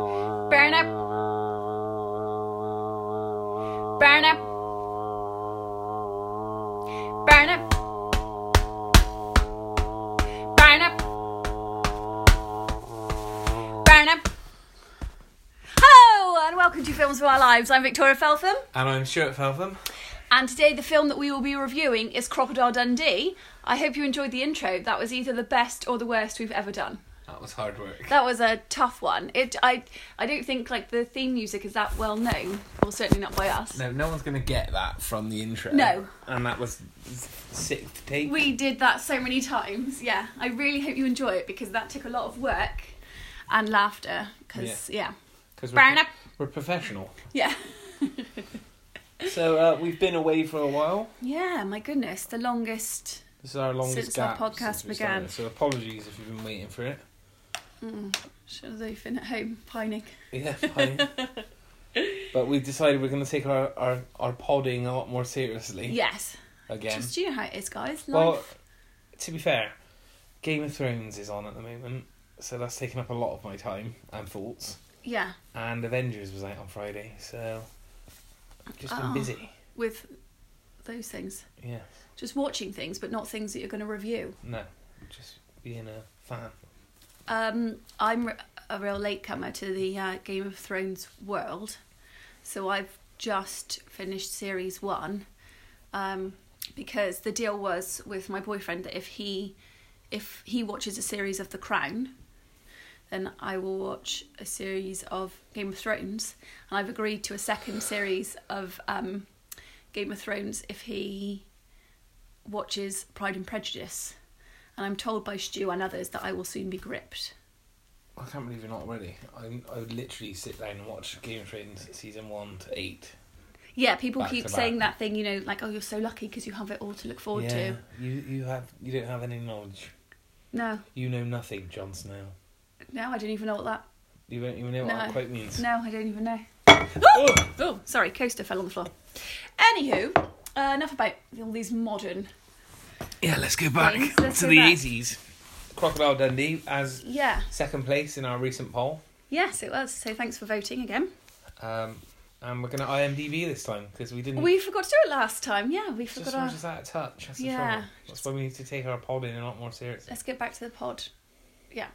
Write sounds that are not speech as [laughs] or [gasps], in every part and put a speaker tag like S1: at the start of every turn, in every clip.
S1: Burn up. Burn up. Burn up. Burn up. Burn up. Hello, and welcome to Films of Our Lives. I'm Victoria Feltham,
S2: And I'm Stuart Feltham.
S1: and today the film that we will be reviewing is Crocodile Dundee. I hope you enjoyed the intro. That was either the best or the worst we've ever done.
S2: That was hard work.
S1: That was a tough one. It, I, I don't think like the theme music is that well known, or certainly not by us.
S2: No, no one's going to get that from the intro.
S1: No.
S2: And that was sixth take.
S1: We did that so many times. Yeah, I really hope you enjoy it because that took a lot of work and laughter. Because yeah.
S2: 'Cause
S1: burn
S2: we're,
S1: up.
S2: we're professional.
S1: yeah,
S2: So uh, we've been away for a while.
S1: yeah, My goodness, the longest.
S2: This is our longest
S1: Since our
S2: gap
S1: podcast
S2: since we
S1: began.
S2: started, So apologies if you've been waiting
S1: [laughs]
S2: for it.
S1: mm, Should have been at home pining.
S2: Yeah, fine. but we've decided we're going to take our, our, our podding a lot more seriously
S1: Yes,
S2: again.
S1: just you know how it is, guys. Life.
S2: Well, to be fair, Game of Thrones is on at the moment, so that's taken up a lot of my time and thoughts.
S1: yeah,
S2: and Avengers was out on Friday, so just been
S1: Oh.
S2: busy.
S1: with those things,
S2: Yeah,
S1: just watching things, but not things that you're going to review.
S2: no, just being a fan.
S1: Um, I'm r- a real latecomer to the uh, Game of Thrones world, so I've just finished series one, um, because the deal was with my boyfriend that if he, if he watches a series of The Crown, then I will watch a series of Game of Thrones, and I've agreed to a second series of um, Game of Thrones if he watches Pride and Prejudice. And I'm told by Stu and others that I will soon be gripped.
S2: I can't believe you're not ready. I I would literally sit down and watch Game of Thrones season one to eight.
S1: Yeah, people
S2: Back
S1: keep
S2: to
S1: saying
S2: back.
S1: that thing, you know, like, oh, you're so lucky because you have it all to look forward
S2: yeah,
S1: to.
S2: you you have you don't have any knowledge.
S1: No,
S2: You know nothing, Jon Snow.
S1: no, I don't even know what that.
S2: You don't even know what that
S1: No.
S2: quote means.
S1: No, I don't even know.
S2: [laughs] Oh!
S1: Oh, sorry, coaster fell on the floor. Anywho, uh, enough about all these modern.
S2: Yeah, let's go
S1: Thanks, let's go back.
S2: eighties. Crocodile Dundee as
S1: Yeah,
S2: second place in our recent poll,
S1: yes, it was. So thanks for voting again.
S2: um, and we're gonna IMDb this time because we didn't.
S1: We forgot to do it last time. Yeah, we
S2: Mm. Just
S1: forgot.
S2: so
S1: Our...
S2: much as that touch. That's
S1: Yeah.
S2: the trouble. That's why we need to take our pod in a lot more seriously.
S1: Let's get back to the pod. Yeah.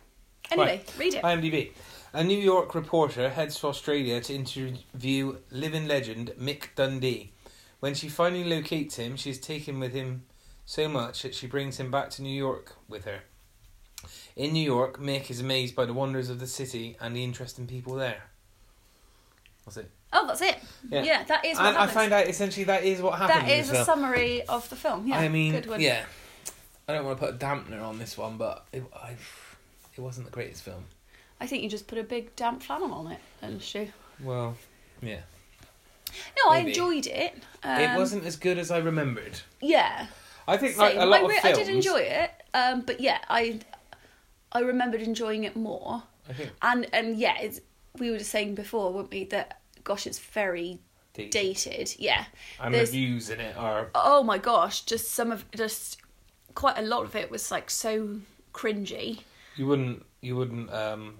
S1: Anyway, read it.
S2: IMDb. A New York reporter heads to Australia to interview living legend Mick Dundee. When she finally locates him, she's taken with him so much that she brings him back to New York with her. In New York, Mick is amazed by the wonders of the city and the interesting people there. That's it.
S1: Oh, that's it. Yeah,
S2: Yeah.
S1: that is what
S2: And I
S1: happens.
S2: find out essentially that is what happened.
S1: that
S2: in
S1: is
S2: this
S1: a
S2: film.
S1: summary of the film. Yeah,
S2: I mean,
S1: good one.
S2: yeah. I don't want to put a dampener on this one, but it, I, it wasn't the greatest film.
S1: I think you just put a big damp flannel on it, and Stu.
S2: Well, yeah.
S1: No, I
S2: Maybe.
S1: enjoyed it. Um,
S2: it wasn't as good as I remembered.
S1: Yeah,
S2: I think like
S1: same.
S2: a lot
S1: I,
S2: of
S1: re-
S2: films.
S1: I did enjoy it, um, but yeah, I I remembered enjoying it more.
S2: I think
S1: And and yeah, it's, we were just saying before, weren't we? That gosh, it's very
S2: dated.
S1: dated. Yeah.
S2: and
S1: there's-
S2: reviews in it are
S1: Oh my gosh, just some of just quite a lot of it was like so cringy.
S2: you wouldn't you wouldn't um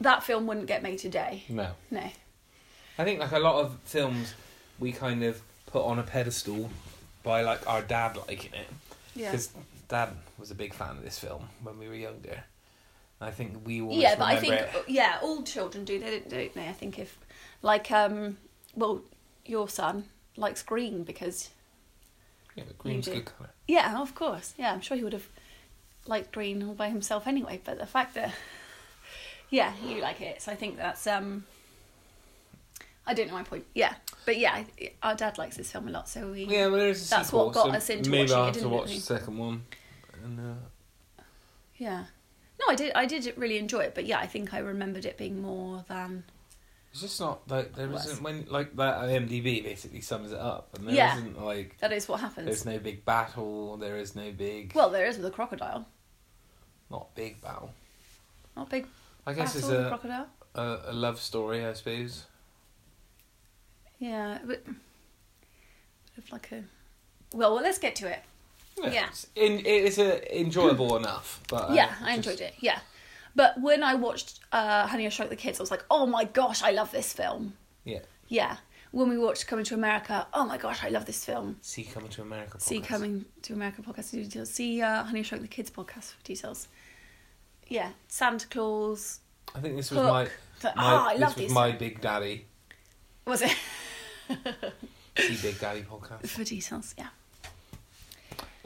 S1: That film wouldn't get made today.
S2: no.
S1: No.
S2: I think like a lot of films we kind of put on a pedestal by like our dad liking it
S1: Yeah.
S2: because dad was a big fan of this film when we were younger. I think we always
S1: yeah, but I think
S2: remember it.
S1: yeah, all children do that, don't they? I think if like um, well, your son likes green because
S2: Yeah, but green's
S1: do.
S2: good colour.
S1: yeah, of course, yeah, I'm sure he would have liked green all by himself anyway. But the fact that yeah, you like it, so I think that's um, I don't know my point. Yeah, but yeah, I- our dad likes this film a lot, so we
S2: Yeah, well, there's a
S1: That's
S2: sequel,
S1: what got
S2: so
S1: us into
S2: maybe
S1: watching
S2: I'll
S1: it,
S2: have to
S1: didn't
S2: watch
S1: it?
S2: the second one. And, uh,
S1: yeah. No, I did. I did really enjoy it, but yeah, I think I remembered it being more than
S2: it's just not like there
S1: Worse.
S2: isn't when like that IMDb basically sums it up, and there
S1: Yeah.
S2: not like
S1: that is what happens.
S2: there's no big battle, there is no big
S1: Well, there is with a crocodile,
S2: not big battle.
S1: not big.
S2: I guess
S1: battle
S2: it's
S1: with a
S2: a,
S1: crocodile.
S2: a a love story, I suppose.
S1: Yeah, but if like a well, well, let's get to it. Yeah.
S2: it's in it's a enjoyable enough, but uh,
S1: yeah, I
S2: just-
S1: enjoyed it. Yeah, But when I watched uh, Honey, I Shrunk the Kids, I was like, oh my gosh, I love this film.
S2: Yeah.
S1: Yeah. When we watched Coming to America, oh my gosh, I love this film.
S2: See coming to America.
S1: See
S2: podcast.
S1: Coming to America podcast for details. See uh, Honey, I Shrunk the Kids podcast for details. Yeah, Santa Claus.
S2: I think this was
S1: Hook.
S2: my.
S1: It's like,
S2: my
S1: ah, I
S2: this
S1: love
S2: was
S1: these.
S2: my Big Daddy.
S1: [laughs] Was it [laughs]
S2: See Big Daddy podcast.
S1: for details? Yeah.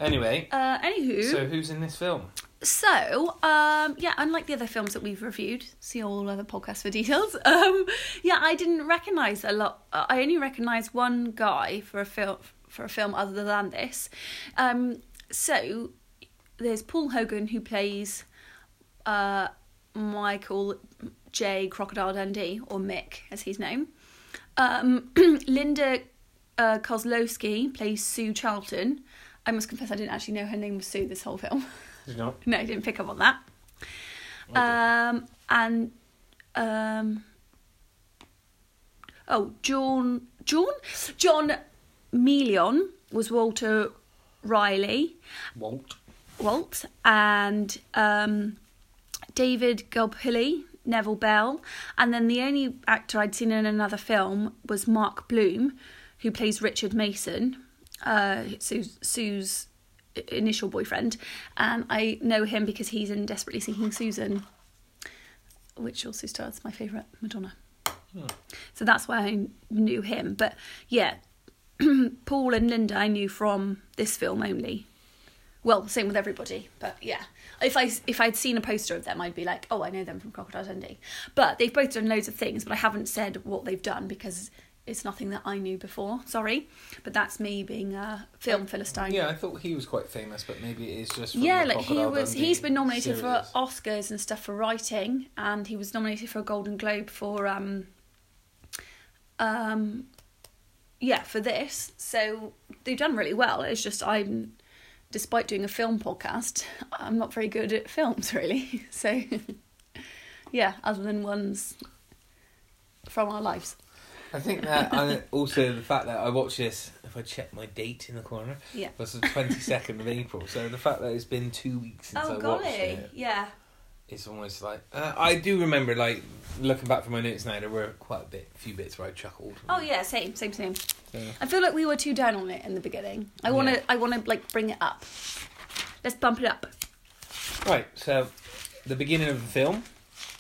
S2: Anyway,
S1: Uh, anywho,
S2: so who's in this film?
S1: So, um, yeah, unlike the other films that we've reviewed, see all other podcasts for details. [laughs] Um, yeah, I didn't recognise a lot. uh, I only recognised one guy for a film for a film other than this. Um, so there's Paul Hogan who plays uh, Michael J. Crocodile Dundee or Mick, as he's known. Um, [clears throat] Linda uh, Kozlowski plays Sue Charlton. I must confess, I didn't actually know her name was Sue this whole film.
S2: Who's not?
S1: No, I didn't pick up on that. Um, and um, oh, John, John, John Melion was Walter Riley,
S2: Walt.
S1: Walt, and um, David Gulpilly, Neville Bell, and then the only actor I'd seen in another film was Mark Bloom, who plays Richard Mason, uh, Sue's, Sue's initial boyfriend, and I know him because he's in Desperately Seeking Susan, which also stars my favourite Madonna. So that's why I knew him, but yeah, [clears throat] Paul and Linda I knew from this film only. Well, same with everybody, but yeah. If I if I'd seen a poster of them, I'd be like, oh, I know them from Crocodile Dundee. But they've both done loads of things, but I haven't said what they've done because it's nothing that I knew before. Sorry, but that's me being a film philistine.
S2: Yeah, I thought he was quite famous, but maybe it is just. From
S1: Yeah,
S2: the
S1: like he
S2: Crocodile
S1: was.
S2: Dundee
S1: He's been nominated for
S2: series.
S1: Oscars and stuff for writing, and he was nominated for a Golden Globe for um, um, yeah, for this. So they've done really well. It's just I'm, despite doing a film podcast, [laughs] I'm not very good at films [laughs] really. So, yeah, other than ones from our lives.
S2: I think that, and also the fact that I watched this, if I check my date in the corner,
S1: Yeah.
S2: was the 22nd of April. So the fact that it's been two weeks
S1: Oh,
S2: since I watched it,
S1: yeah.
S2: it's almost like. Uh, I do remember, like, looking back from my notes now, there were quite a bit, few bits where I chuckled.
S1: Oh yeah, same, same, same.
S2: Yeah.
S1: I feel like we were too down on it in the beginning. I wanna,
S2: Yeah.
S1: I wanna like bring it up. Let's bump it up.
S2: Right, so the beginning of the film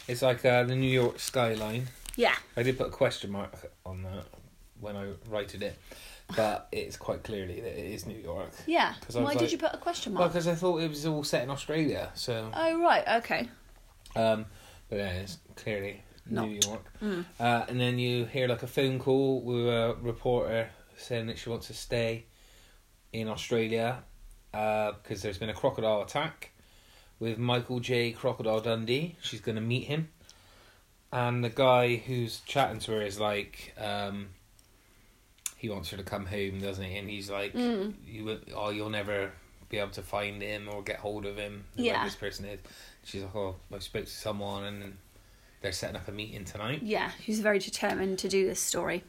S2: is like uh, the New York skyline.
S1: Yeah,
S2: I did put a question mark on that when I wrote it, but it's quite clearly that it is New York.
S1: yeah.
S2: 'Cause I
S1: Why
S2: was
S1: did
S2: like-
S1: you put a question
S2: Well,
S1: mark?
S2: because I thought it was all set in Australia, so.
S1: oh right, okay.
S2: Um, but yeah, it's clearly
S1: Not.
S2: New York.
S1: Mm.
S2: Uh, and then you hear like a phone call with a reporter saying that she wants to stay in Australia because there's been a crocodile attack with Michael J. Crocodile Dundee. She's going to meet him. And the guy who's chatting to her is like, um, he wants her to come home, doesn't he? And he's like,
S1: Mm.
S2: you will, oh, you'll never be able to find him or get hold of him.
S1: Yeah.
S2: Where this person is. She's like, oh, I spoke to someone and they're setting up a meeting tonight.
S1: Yeah, she's very determined to do this story.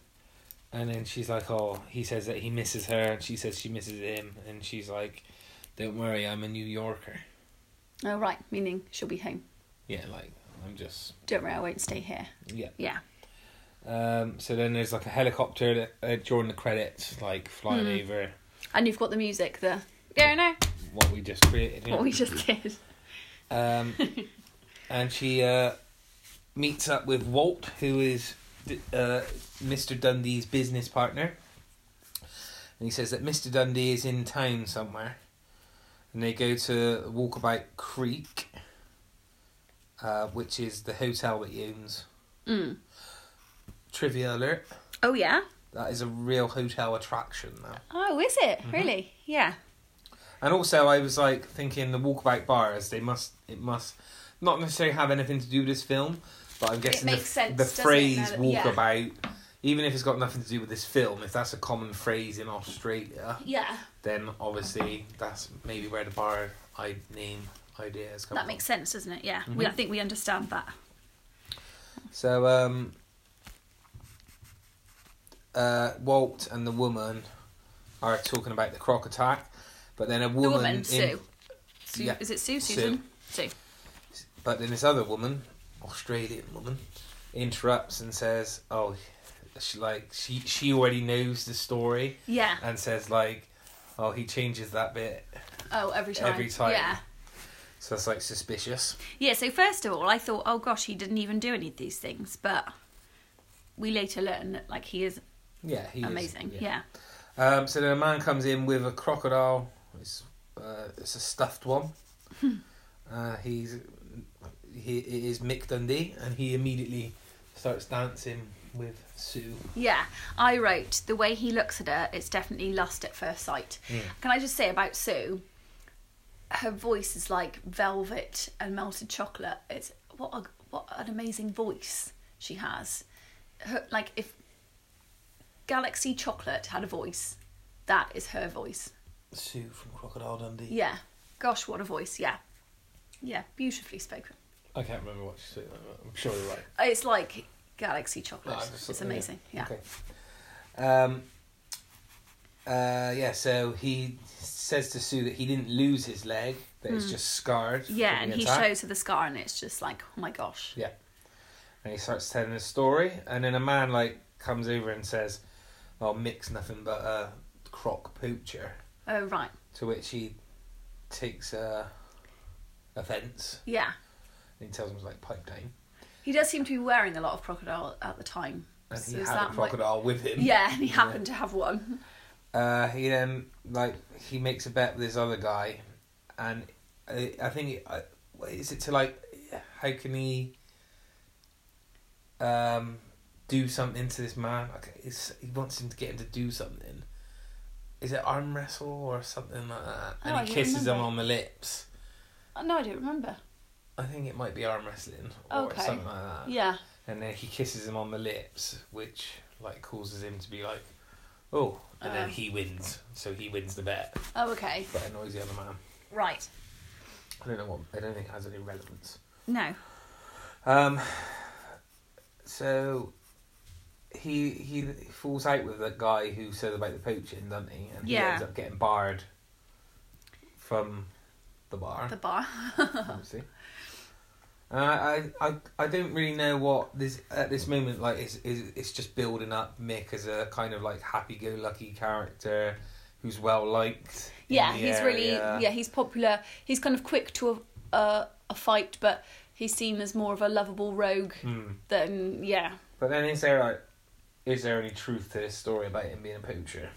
S2: And then she's like, oh, he says that he misses her and she says she misses him. And she's like, don't worry, I'm a New Yorker.
S1: Oh right, meaning she'll be home.
S2: Yeah, like, I'm just,
S1: Don't worry, I won't stay here.
S2: yeah.
S1: Yeah,
S2: Um, so then there's like a helicopter that, uh, during the credits, like flying
S1: Hmm.
S2: over
S1: and you've got the music. The yeah, no,
S2: what we just created. you
S1: what
S2: know.
S1: we just did.
S2: Um, and she uh, meets up with Walt, who is uh, Mr. Dundee's business partner. And he says that Mr. Dundee is in town somewhere. And they go to Walkabout Creek, uh, which is the hotel that he owns.
S1: Mm.
S2: Trivia alert
S1: Oh yeah.
S2: that is a real hotel attraction now.
S1: Oh, is it
S2: Mm-hmm.
S1: really? Yeah.
S2: And also, I was like thinking the walkabout bars. They must. It must not necessarily have anything to do with this film, but I'm guessing
S1: makes
S2: the,
S1: sense,
S2: the
S1: doesn't it,
S2: phrase
S1: now that- yeah.
S2: walkabout, even if it's got nothing to do with this film, if that's a common phrase in Australia,
S1: Yeah,
S2: then obviously that's maybe where the bar I name idea has come.
S1: that
S2: from.
S1: makes sense, doesn't it? Yeah,
S2: Mm-hmm.
S1: we I think we understand that.
S2: So, um, uh, Walt and the woman are talking about the croc attack, but then a woman,
S1: the woman
S2: in-
S1: Sue. Sue
S2: Yeah.
S1: Is it Sue?
S2: Sue.
S1: Susan. Sue.
S2: But But then this other woman, Australian woman, interrupts and says, "Oh, she, like she she already knows the story,"
S1: Yeah.
S2: and says like, "Oh, he changes that bit."
S1: Oh, every time.
S2: Every time.
S1: Yeah.
S2: So that's like suspicious.
S1: Yeah, so first of all, I thought, oh gosh, he didn't even do any of these things, but we later learn that like he is
S2: Yeah, he is-
S1: amazing. yeah.
S2: Um, so then a man comes in with a crocodile. It's uh, it's a stuffed one.
S1: Hmm.
S2: uh, he's he it is Mick Dundee, and he immediately starts dancing with Sue.
S1: Yeah, I wrote the way he looks at her, it's definitely lust at first sight. Can I just say about Sue? Her voice is like velvet and melted chocolate. It's what a what an amazing voice she has. Her, like if Galaxy Chocolate had a voice, that is her voice.
S2: Sue from Crocodile Dundee.
S1: Yeah. Gosh, what a voice. Yeah. Yeah, beautifully spoken.
S2: I can't remember what she said. I'm sure you're right.
S1: It's like Galaxy Chocolate.
S2: No, I just-
S1: it's amazing. Yeah.
S2: Okay. Um. Uh. Yeah. So he says to Sue that he didn't lose his leg; that it's just scarred. from
S1: Hmm. Yeah,
S2: the
S1: and he
S2: attack.
S1: shows her the scar, and it's just like, oh my gosh.
S2: Yeah. And he starts telling a story, and then a man like comes over and says, "Well, Mick's nothing but a croc poacher,"
S1: Oh, right.
S2: to which he takes uh, offence
S1: Yeah.
S2: and he tells him to like pipe down.
S1: He does seem to be wearing a lot of crocodile at the time.
S2: And
S1: So
S2: he
S1: is
S2: had a
S1: that why-
S2: crocodile with him.
S1: Yeah, and he happened to have one.
S2: Uh, he then like he makes a bet with this other guy, and I, I think it, I, what is it to like how can he um do something to this man? Like it's, he wants him to get him to do something. Is it arm wrestle or something like that?
S1: Oh, I
S2: and
S1: don't
S2: he kisses him
S1: remember.
S2: on the lips.
S1: Oh, no, I don't remember.
S2: I think it might be arm wrestling or
S1: Okay.
S2: something like that.
S1: Yeah.
S2: And then he kisses him on the lips, which like causes him to be like, oh, and then
S1: Um.
S2: he wins. So he wins the bet
S1: Oh, okay.
S2: but annoys the other man.
S1: Right.
S2: I don't know what. I don't think it has any relevance.
S1: No.
S2: Um. So he he falls out with that guy who said about the poaching, doesn't he? And he
S1: Yeah.
S2: ends up getting barred from the bar.
S1: [laughs] The bar.
S2: obviously. Uh, I, I I don't really know what this at this moment like is is it's just building up Mick as a kind of like happy go lucky character who's well liked.
S1: Yeah, he's really. Yeah, he's popular. He's kind of quick to a, a, a fight, but he's seen as more of a lovable rogue
S2: Hmm.
S1: than. Yeah.
S2: But then is there like, is there any truth to this story about him being a poacher?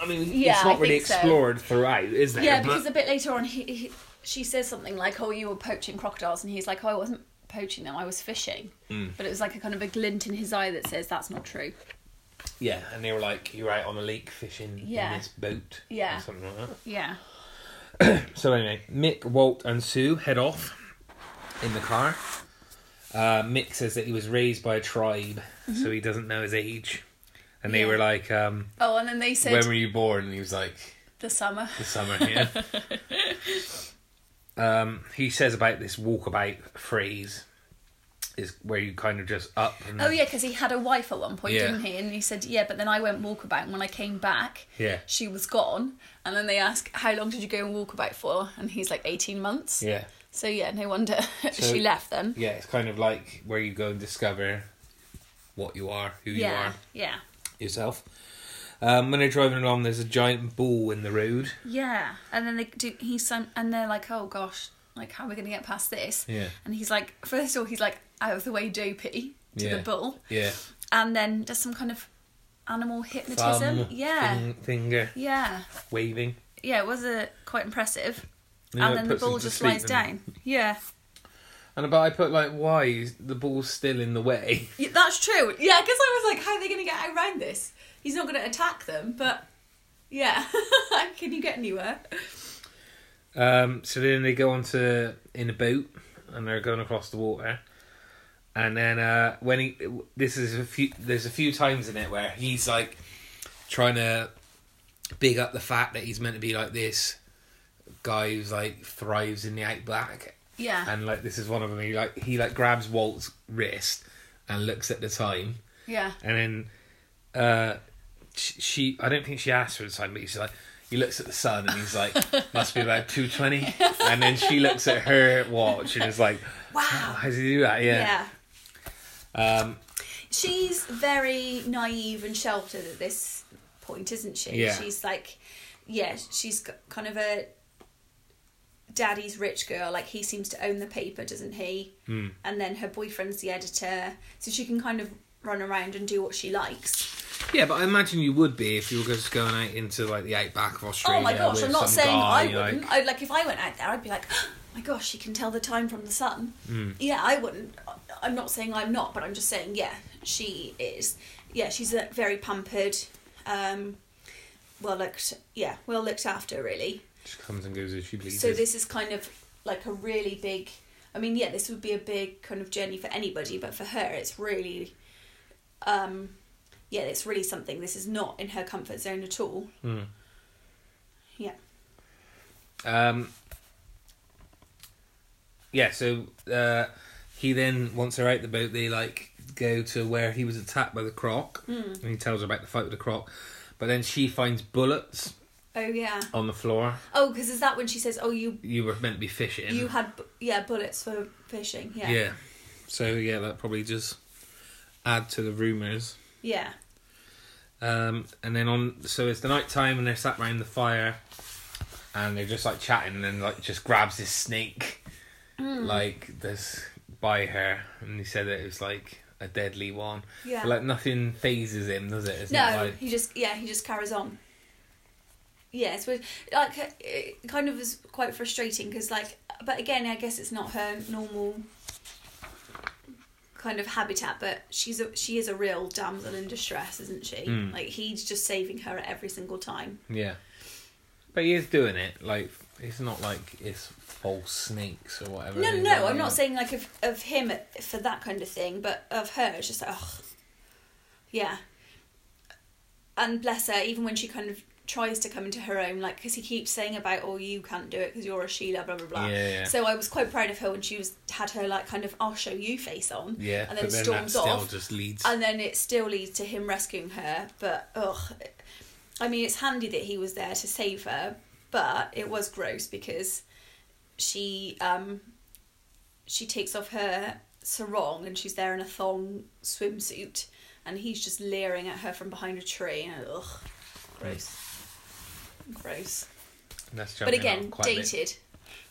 S2: I mean,
S1: Yeah,
S2: it's not
S1: I
S2: really
S1: think so.
S2: explored throughout, is there?
S1: Yeah,
S2: But-
S1: because a bit later on, he, he she says something like, "Oh, you were poaching crocodiles," and he's like, "Oh, I wasn't poaching them. I was fishing."
S2: Hmm.
S1: But it was like a kind of a glint in his eye that says that's not true.
S2: yeah, and they were like, "You're out on a lake fishing
S1: Yeah.
S2: in this boat." or
S1: Yeah.
S2: something like that.
S1: Yeah.
S2: So anyway, Mick, Walt, and Sue head off in the car. Uh, Mick says that he was raised by a tribe, so he doesn't know his age. And they
S1: Mm-hmm. Yeah.
S2: were like, um,
S1: Oh, and then they said
S2: "When were you born?" And he was like,
S1: the summer.
S2: the summer
S1: [laughs]
S2: here. um, he says about this walkabout phrase is where you kind of just up and
S1: Oh yeah, because he had a wife at one point,
S2: Yeah.
S1: didn't he? And he said, "Yeah," but then I went walkabout, and when I came back,
S2: Yeah.
S1: she was gone. And then they ask, "How long did you go and walkabout for?" And he's like, 18 months."
S2: yeah
S1: So yeah, no wonder [laughs]
S2: So-
S1: she left then.
S2: yeah it's kind of like where you go and discover what you are who you
S1: Yeah.
S2: are
S1: Yeah.
S2: yourself um, when they're driving along there's a giant ball in the road
S1: Yeah, and then they do. He's some, and they're like, "Oh gosh, like how are we going to get past this?"
S2: Yeah.
S1: And he's like, first of all, he's like out of the way, dopey to
S2: Yeah.
S1: the bull,
S2: yeah
S1: and then does some kind of animal hypnotism.
S2: thumb
S1: yeah,
S2: fin- finger
S1: yeah,
S2: waving
S1: yeah. It was uh, quite impressive.
S2: Yeah,
S1: and
S2: it
S1: then the
S2: puts him
S1: bull
S2: to
S1: just
S2: sleep,
S1: lies
S2: doesn't
S1: down. Yeah.
S2: and about I put like why is the ball's still in the way
S1: yeah, that's true. Yeah, because I was like, how are they going to get around this? He's not going to attack them, but yeah, [laughs] can you get anywhere?
S2: Um, so then they go on to in a boat and they're going across the water. And then uh, when he this is a few there's a few times in it where he's like trying to big up the fact that he's meant to be like this guy who's like thrives in the outback
S1: Yeah.
S2: and like this is one of them he like he like grabs Walt's wrist and looks at the time
S1: yeah.
S2: and then uh, sh- she, I don't think she asked for the time, but she's like, He looks at the sun and
S1: [laughs]
S2: he's like, must be about 220. And then she looks at her watch and is like,
S1: Wow.
S2: how does he do that? Yeah.
S1: yeah.
S2: Um,
S1: she's very naive and sheltered at this point, isn't she?
S2: Yeah.
S1: She's like, yeah, she's g- kind of a daddy's rich girl. Like he seems to own the paper, doesn't he? Mm. And then her boyfriend's the editor, so she can kind of run around and do what she likes.
S3: Yeah, but I imagine you would be if you were just going out into like the outback of Australia.
S1: oh my gosh!
S3: with
S1: I'm not
S3: some
S1: saying
S3: guy,
S1: I
S3: like-
S1: wouldn't. I, like if I went out there, I'd be like, [gasps] oh my gosh, she can tell the time from the sun.
S3: Mm.
S1: Yeah, I wouldn't. I'm not saying I'm not, but I'm just saying yeah, she is. Yeah, she's a very pampered, um, well looked. Yeah, well looked after really.
S2: she comes and goes as she pleases.
S1: So this is kind of like a really big. I mean, yeah, this would be a big kind of journey for anybody, but for her, it's really, um, yeah, it's really something. This is not in her comfort zone at all. Yeah.
S2: Um, yeah, so uh, he then wants her out the boat. They like go to where he was attacked by the croc,
S1: Hmm.
S2: and he tells her about the fight with the croc. But then she finds bullets
S1: Oh yeah.
S2: on the floor.
S1: Oh, because is that when she says, "Oh, you
S2: You were meant to be fishing.
S1: you had bu- yeah bullets for fishing"? Yeah.
S2: yeah. So yeah, that probably just add to the rumors.
S1: Yeah.
S2: Um, and then on, so it's the night time, and they're sat round the fire, and they're just like chatting, and then like just grabs this snake,
S1: Hmm.
S2: like this by her, and he said that it was like a deadly one.
S1: Yeah.
S2: But, like nothing phases him, does it? It's
S1: no,
S2: Not like,
S1: he just yeah he just carries on. Yeah, it's weird. like it kind of is quite frustrating because like, but again, I guess it's not her normal kind of habitat. But she's a she is a real damsel in distress, isn't she?
S2: Mm.
S1: Like he's just saving her at every single time.
S2: yeah. But he is doing it. Like it's not like it's false snakes or whatever.
S1: No,
S2: it is,
S1: no,
S2: like,
S1: I'm
S2: you know.
S1: not saying like of of him for that kind of thing, but of her, it's just like, oh, yeah. And bless her, even when she kind of tries to come into her own, like because he keeps saying about, oh, you can't do it because you're a Sheila, blah blah blah.
S2: Yeah, yeah.
S1: So I was quite proud of her when she was had her like kind of I'll show you face on.
S2: Yeah,
S1: And then
S2: but then
S1: storms
S2: that
S1: off,
S2: still just leads.
S1: and then it still leads to him rescuing her. But ugh, I mean, it's handy that he was there to save her, but it was gross because she um she takes off her sarong and she's there in a thong swimsuit, and he's just leering at her from behind a tree. And, ugh, gross, gross.
S2: And that's
S1: But
S2: jumping
S1: again,
S2: up quite a bit.
S1: dated,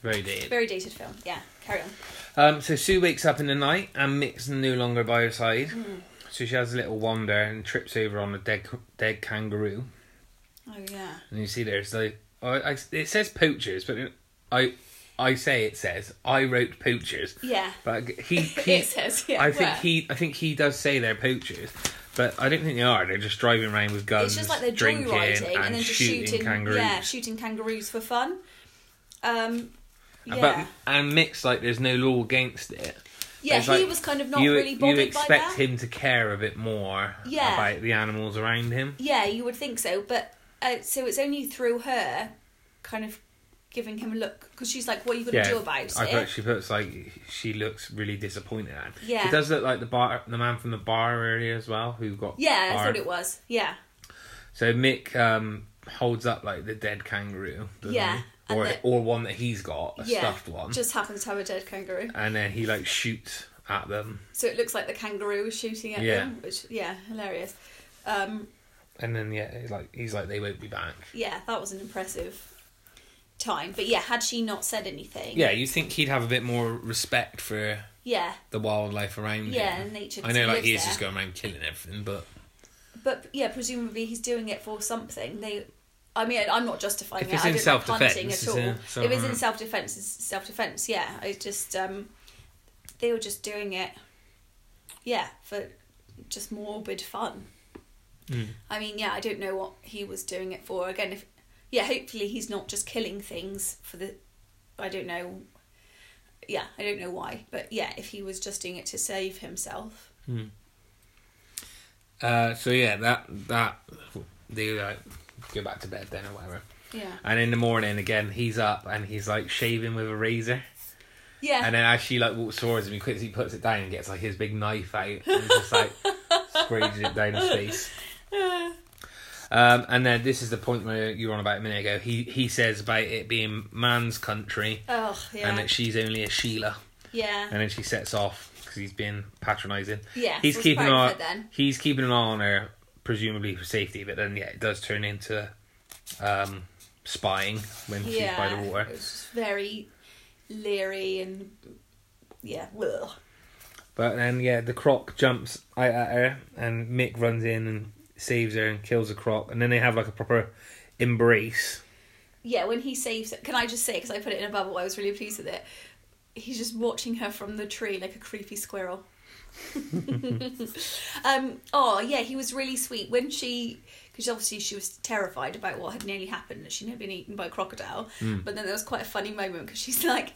S2: Very dated.
S1: very dated film. Yeah, carry on.
S2: Um, so Sue wakes up in the night and Mick's no longer by her side.
S1: Hmm.
S2: So she has a little wander and trips over on a dead dead kangaroo.
S1: Oh yeah.
S2: And you see there's like I, I, it says poachers, but it, I I say it says I wrote poachers.
S1: Yeah.
S2: But
S1: [laughs]
S2: he, he
S1: It says, yeah,
S2: I think
S1: where?
S2: he I think he does say they're poachers, but I don't think they are. They're just driving around with guns,
S1: It's just like they're
S2: drinking,
S1: joyriding
S2: and,
S1: and, then just
S2: shooting,
S1: shooting,
S2: kangaroos.
S1: yeah, shooting kangaroos for fun. Um, yeah,
S2: Uh, But and Mick's like there's no law against it.
S1: yeah,
S2: It's
S1: he
S2: like,
S1: was kind of not
S2: you,
S1: really
S2: you
S1: bothered
S2: expect
S1: by that.
S2: him to care a bit more
S1: Yeah.
S2: about the animals around him.
S1: Yeah, you would think so, but uh, so it's only through her, kind of giving him a look because she's like, "What are you going to do about
S2: I
S1: it?"
S2: bet she puts like she looks really disappointed at him.
S1: Yeah.
S2: It does look like the bar the man from the bar earlier as well who got
S1: yeah, I
S2: barred.
S1: thought it was. Yeah,
S2: So Mick um holds up like the dead kangaroo. doesn't
S1: Yeah,
S2: he?
S1: and
S2: Or
S1: the-
S2: or one that he's got, a
S1: yeah,
S2: stuffed one.
S1: just happens to have a dead kangaroo,
S2: And then he like shoots at them.
S1: so it looks like the kangaroo was shooting at
S2: Yeah.
S1: them, which yeah, hilarious. Um,
S2: And then yeah, he's like he's like they won't be back.
S1: yeah, that was an impressive time, but yeah, had she not said anything,
S2: Yeah, you think he'd have a bit more respect for
S1: yeah,
S2: the wildlife around
S1: Yeah,
S2: him.
S1: nature, 'cause
S2: I
S1: he
S2: know, like
S1: lives
S2: he is
S1: there.
S2: just going around killing everything, but
S1: But yeah, presumably he's doing it for something. They, I mean, I'm not justifying
S2: If
S1: it.
S2: it's
S1: I
S2: in
S1: don't like hunting
S2: self-defense,
S1: at
S2: it's
S1: all.
S2: in
S1: if it's in
S2: self-
S1: self defense, it's self defense. Yeah, I just um, they were just doing it. Yeah, for just morbid fun.
S2: Mm.
S1: I mean, yeah, I don't know what he was doing it for. Again, if yeah, hopefully he's not just killing things for the. I don't know. Yeah, I don't know why, but yeah, if he was just doing it to save himself,
S2: uh, so yeah, that that they like go back to bed then or whatever.
S1: yeah,
S2: And in the morning again, he's up and he's like shaving with a razor.
S1: yeah.
S2: And then as she like walks towards him, he quickly puts it down and gets like
S1: [laughs]
S2: his big knife out and just like sprays it down his face. Um, and then this is the point where you were on about a minute ago. He he says about it being man's country
S1: Oh yeah.
S2: and that she's only a Sheila.
S1: yeah.
S2: And then she sets off because he's been patronising.
S1: Yeah,
S2: he's
S1: was
S2: keeping an
S1: proud
S2: eye.
S1: of her then.
S2: He's keeping an eye on her, presumably for safety. But then yeah, it does turn into um, spying when she's by
S1: yeah.
S2: the water.
S1: It was just very leery and yeah. Ugh.
S2: But then, yeah, the croc jumps out at her, and Mick runs in and saves her and kills the croc. And then they have like a proper embrace.
S1: Yeah, when he saves can I just say because I put it in a bubble, I was really pleased with it. He's just watching her from the tree like a creepy squirrel. [laughs] um, oh yeah, he was really sweet when she because obviously she was terrified about what had nearly happened that she'd been eaten by a crocodile. But then there was quite a funny moment because she's like,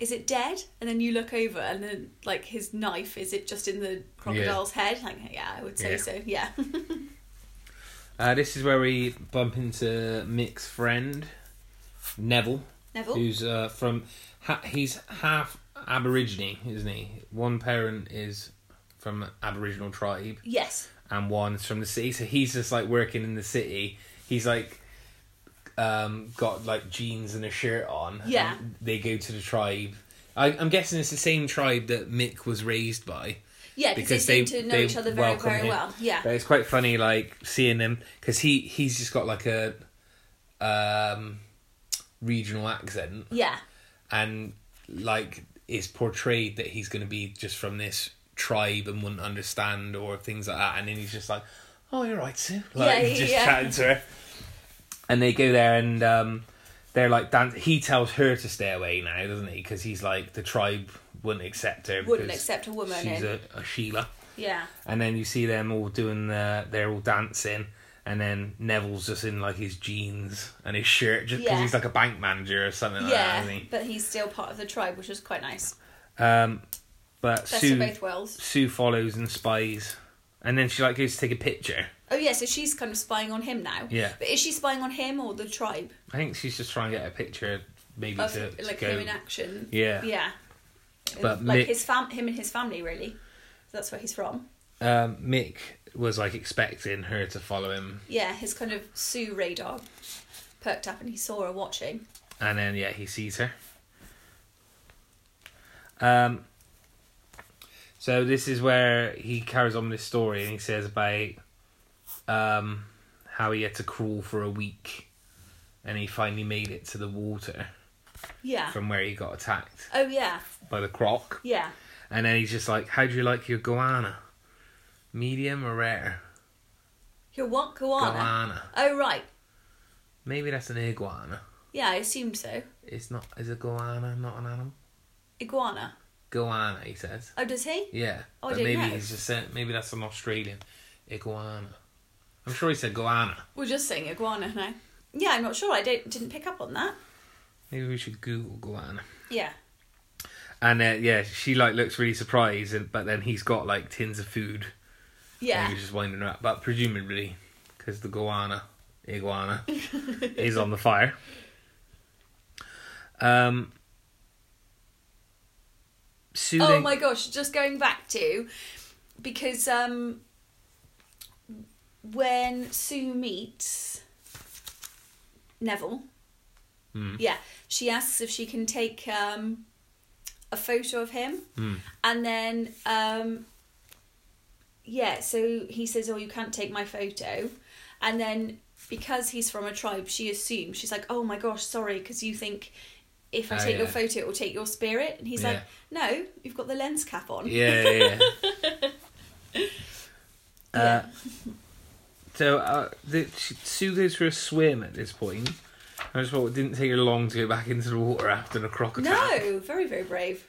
S1: "Is it dead?" And then you look over and then like his knife is it just in the crocodile's head? Like yeah, I would say
S2: Yeah.
S1: so. Yeah, [laughs]
S2: Uh, this is where we bump into Mick's friend, Neville,
S1: Neville.
S2: who's uh, from. Ha- he's half Aborigine, isn't he? One parent is from Aboriginal tribe,
S1: Yes.
S2: and one's from the city. So he's just like working in the city. He's like um, got like jeans and a shirt on.
S1: Yeah.
S2: And they go to the tribe. I, I'm guessing it's the same tribe that Mick was raised by.
S1: Yeah, because they seem to know each other very,
S2: welcome
S1: very
S2: him.
S1: well. Yeah.
S2: But it's quite funny, like seeing them because he he's just got like a um, regional accent
S1: Yeah.
S2: and like it's portrayed that he's going to be just from this tribe and wouldn't understand or things like that and then he's just like oh you're right sue like
S1: Yeah, yeah,
S2: just
S1: yeah.
S2: chatting to her and they go there and um they're like dan- he tells her to stay away now doesn't he because he's like the tribe wouldn't accept her
S1: Wouldn't
S2: because
S1: accept a woman
S2: she's
S1: in.
S2: a, a sheila
S1: Yeah.
S2: and then you see them all doing the they're all dancing and then neville's just in like his jeans and his shirt just because
S1: Yeah.
S2: he's like a bank manager or something like that
S1: Yeah.
S2: isn't he?
S1: But he's still part of the tribe, which is quite nice.
S2: Um, but
S1: Best
S2: Sue
S1: of both worlds.
S2: Sue follows and spies, and then she like goes to take a picture.
S1: Oh yeah, so she's kind of spying on him now.
S2: Yeah.
S1: But is she spying on him or the tribe?
S2: I think she's just trying to get a picture, maybe
S1: Of,
S2: to, to
S1: like
S2: go.
S1: him in action.
S2: Yeah.
S1: Yeah.
S2: But
S1: like
S2: Mick-
S1: his fam him and his family really. That's where he's from.
S2: Um, Mick was like expecting her to follow him,
S1: Yeah, his kind of Sue radar perked up and he saw her watching.
S2: and then yeah, he sees her. Um. So this is where he carries on this story, and he says about um, how he had to crawl for a week, and he finally made it to the water
S1: Yeah.
S2: from where he got attacked.
S1: oh yeah.
S2: by the croc.
S1: Yeah.
S2: And then he's just like, How do you like your guana? Medium or rare?
S1: Your what koala?
S2: Guana.
S1: Oh right.
S2: Maybe that's an iguana.
S1: Yeah, I assumed so.
S2: It's not, is a guana not an animal?
S1: Iguana.
S2: Guana, he says.
S1: Oh does he?
S2: Yeah.
S1: Oh, I
S2: but
S1: didn't
S2: maybe
S1: know.
S2: he's just saying, maybe that's an Australian iguana. I'm sure he said guana.
S1: We're just saying iguana now. Yeah, I'm not sure. I don't didn't pick up on that.
S2: Maybe we should Google guana.
S1: Yeah.
S2: And uh, yeah, she like looks really surprised, and, but then he's got like tins of food.
S1: Yeah.
S2: And he was just winding her up, but presumably because the guana,
S1: [laughs]
S2: iguana, is on the fire. Um, Sue
S1: Oh
S2: then-
S1: my gosh, just going back to because um when Sue meets Neville,
S2: Mm.
S1: yeah, she asks if she can take um a photo of him
S2: Hmm.
S1: and then um yeah, so he says, "Oh, you can't take my photo." And then because he's from a tribe, she assumes she's like, "Oh my gosh, sorry," because you think if I
S2: Oh,
S1: take your
S2: yeah.
S1: photo, it will take your spirit. And he's like,
S2: Yeah.
S1: no, you've got the lens cap on.
S2: Yeah, yeah.
S1: [laughs]
S2: yeah. uh, so uh, the, she, Sue goes for a swim at this point. I just thought it didn't take her long to go back into the water after the crocodile.
S1: No, very, very brave.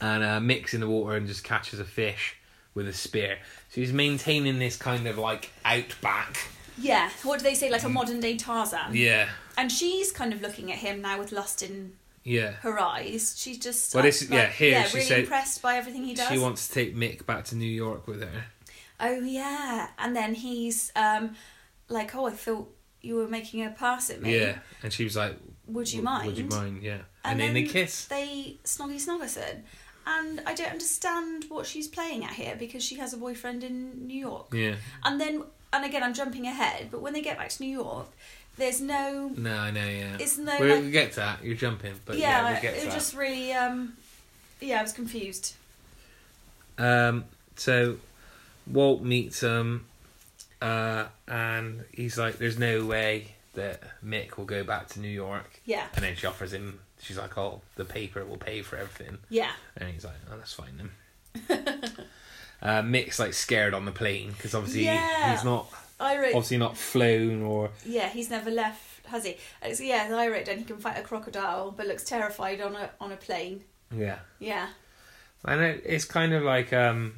S2: and uh, Mick's in the water and just catches a fish with a spear. So he's maintaining this kind of like outback.
S1: Yeah, what do they say, like a modern day Tarzan?
S2: Mm. Yeah,
S1: And she's kind of looking at him now with lust in
S2: yeah.
S1: her eyes. She's just.
S2: Well, this is- yeah, here
S1: yeah,
S2: she
S1: really
S2: said-
S1: impressed by everything he does.
S2: She wants to take Mick back to New York with her.
S1: oh, yeah. And then he's um, like, oh, I thought you were making a pass at me.
S2: Yeah, and she was like,
S1: Would you
S2: "W-
S1: mind?
S2: Would you mind?" Yeah, and, then, they kiss.
S1: They snoggy snoggerson. And I don't understand what she's playing at here because she has a boyfriend in New York.
S2: Yeah,
S1: And then and again, I'm jumping ahead, but when they get back to New York, there's no,
S2: No, I know. Yeah,
S1: it's no,
S2: we,
S1: like-
S2: we get to that. You're jumping, but yeah,
S1: yeah,
S2: we get to
S1: it
S2: that.
S1: just really, um, yeah, I was confused.
S2: Um, so Walt meets him, uh, and he's like, "There's no way that Mick will go back to New York."
S1: Yeah,
S2: And then she offers him. She's like, "Oh, the paper will pay for everything,"
S1: yeah,
S2: and he's like, "Oh, that's fine
S1: [laughs]
S2: then." uh, Mick's like scared on the plane because obviously
S1: Yeah.
S2: he's not
S1: I wrote,
S2: obviously not flown or
S1: yeah, he's never left, has he? Uh, so yeah, I wrote down he can fight a crocodile, but looks terrified on a on a plane.
S2: yeah.
S1: Yeah,
S2: And it, it's kind of like um,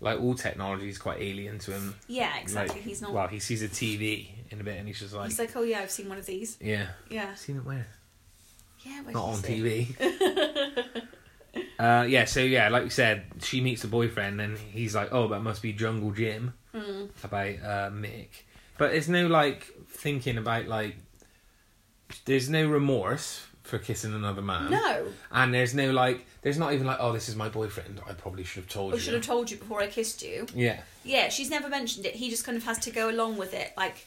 S2: like all technology is quite alien to him.
S1: yeah, exactly.
S2: Like,
S1: he's not.
S2: Well, he sees a TV in a bit, and he's just like,
S1: he's like, oh yeah, I've seen one of these.
S2: yeah,
S1: Yeah,
S2: seen it where?
S1: yeah, where
S2: Not on
S1: did you see it?
S2: TV. [laughs] uh, yeah, so yeah, like you said, she meets the boyfriend, and he's like, "Oh, that must be Jungle Jim."
S1: Hmm.
S2: About uh, Mick, but there's no like thinking about like, there's no remorse for kissing another man.
S1: No,
S2: and there's no like, there's not even like, "Oh, this is my boyfriend. I probably should have told
S1: I
S2: you."
S1: should have told you before I kissed you.
S2: yeah,
S1: Yeah, she's never mentioned it. He just kind of has to go along with it. Like,